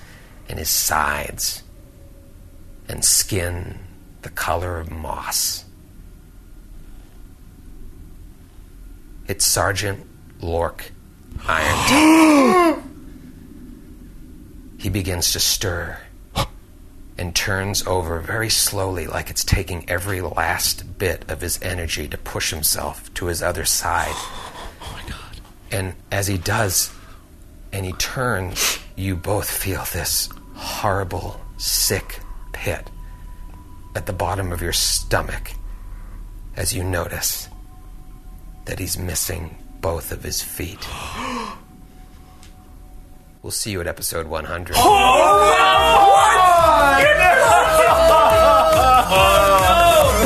and his sides and skin the color of moss. It's Sergeant Lork Iron. he begins to stir and turns over very slowly, like it's taking every last bit of his energy to push himself to his other side. Oh my god. And as he does, and he turns, you both feel this horrible, sick pit at the bottom of your stomach as you notice that he's missing both of his feet. we'll see you at episode 100.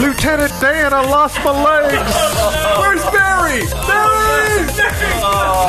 Lieutenant Dan, I lost my legs.
Where's Barry? Barry!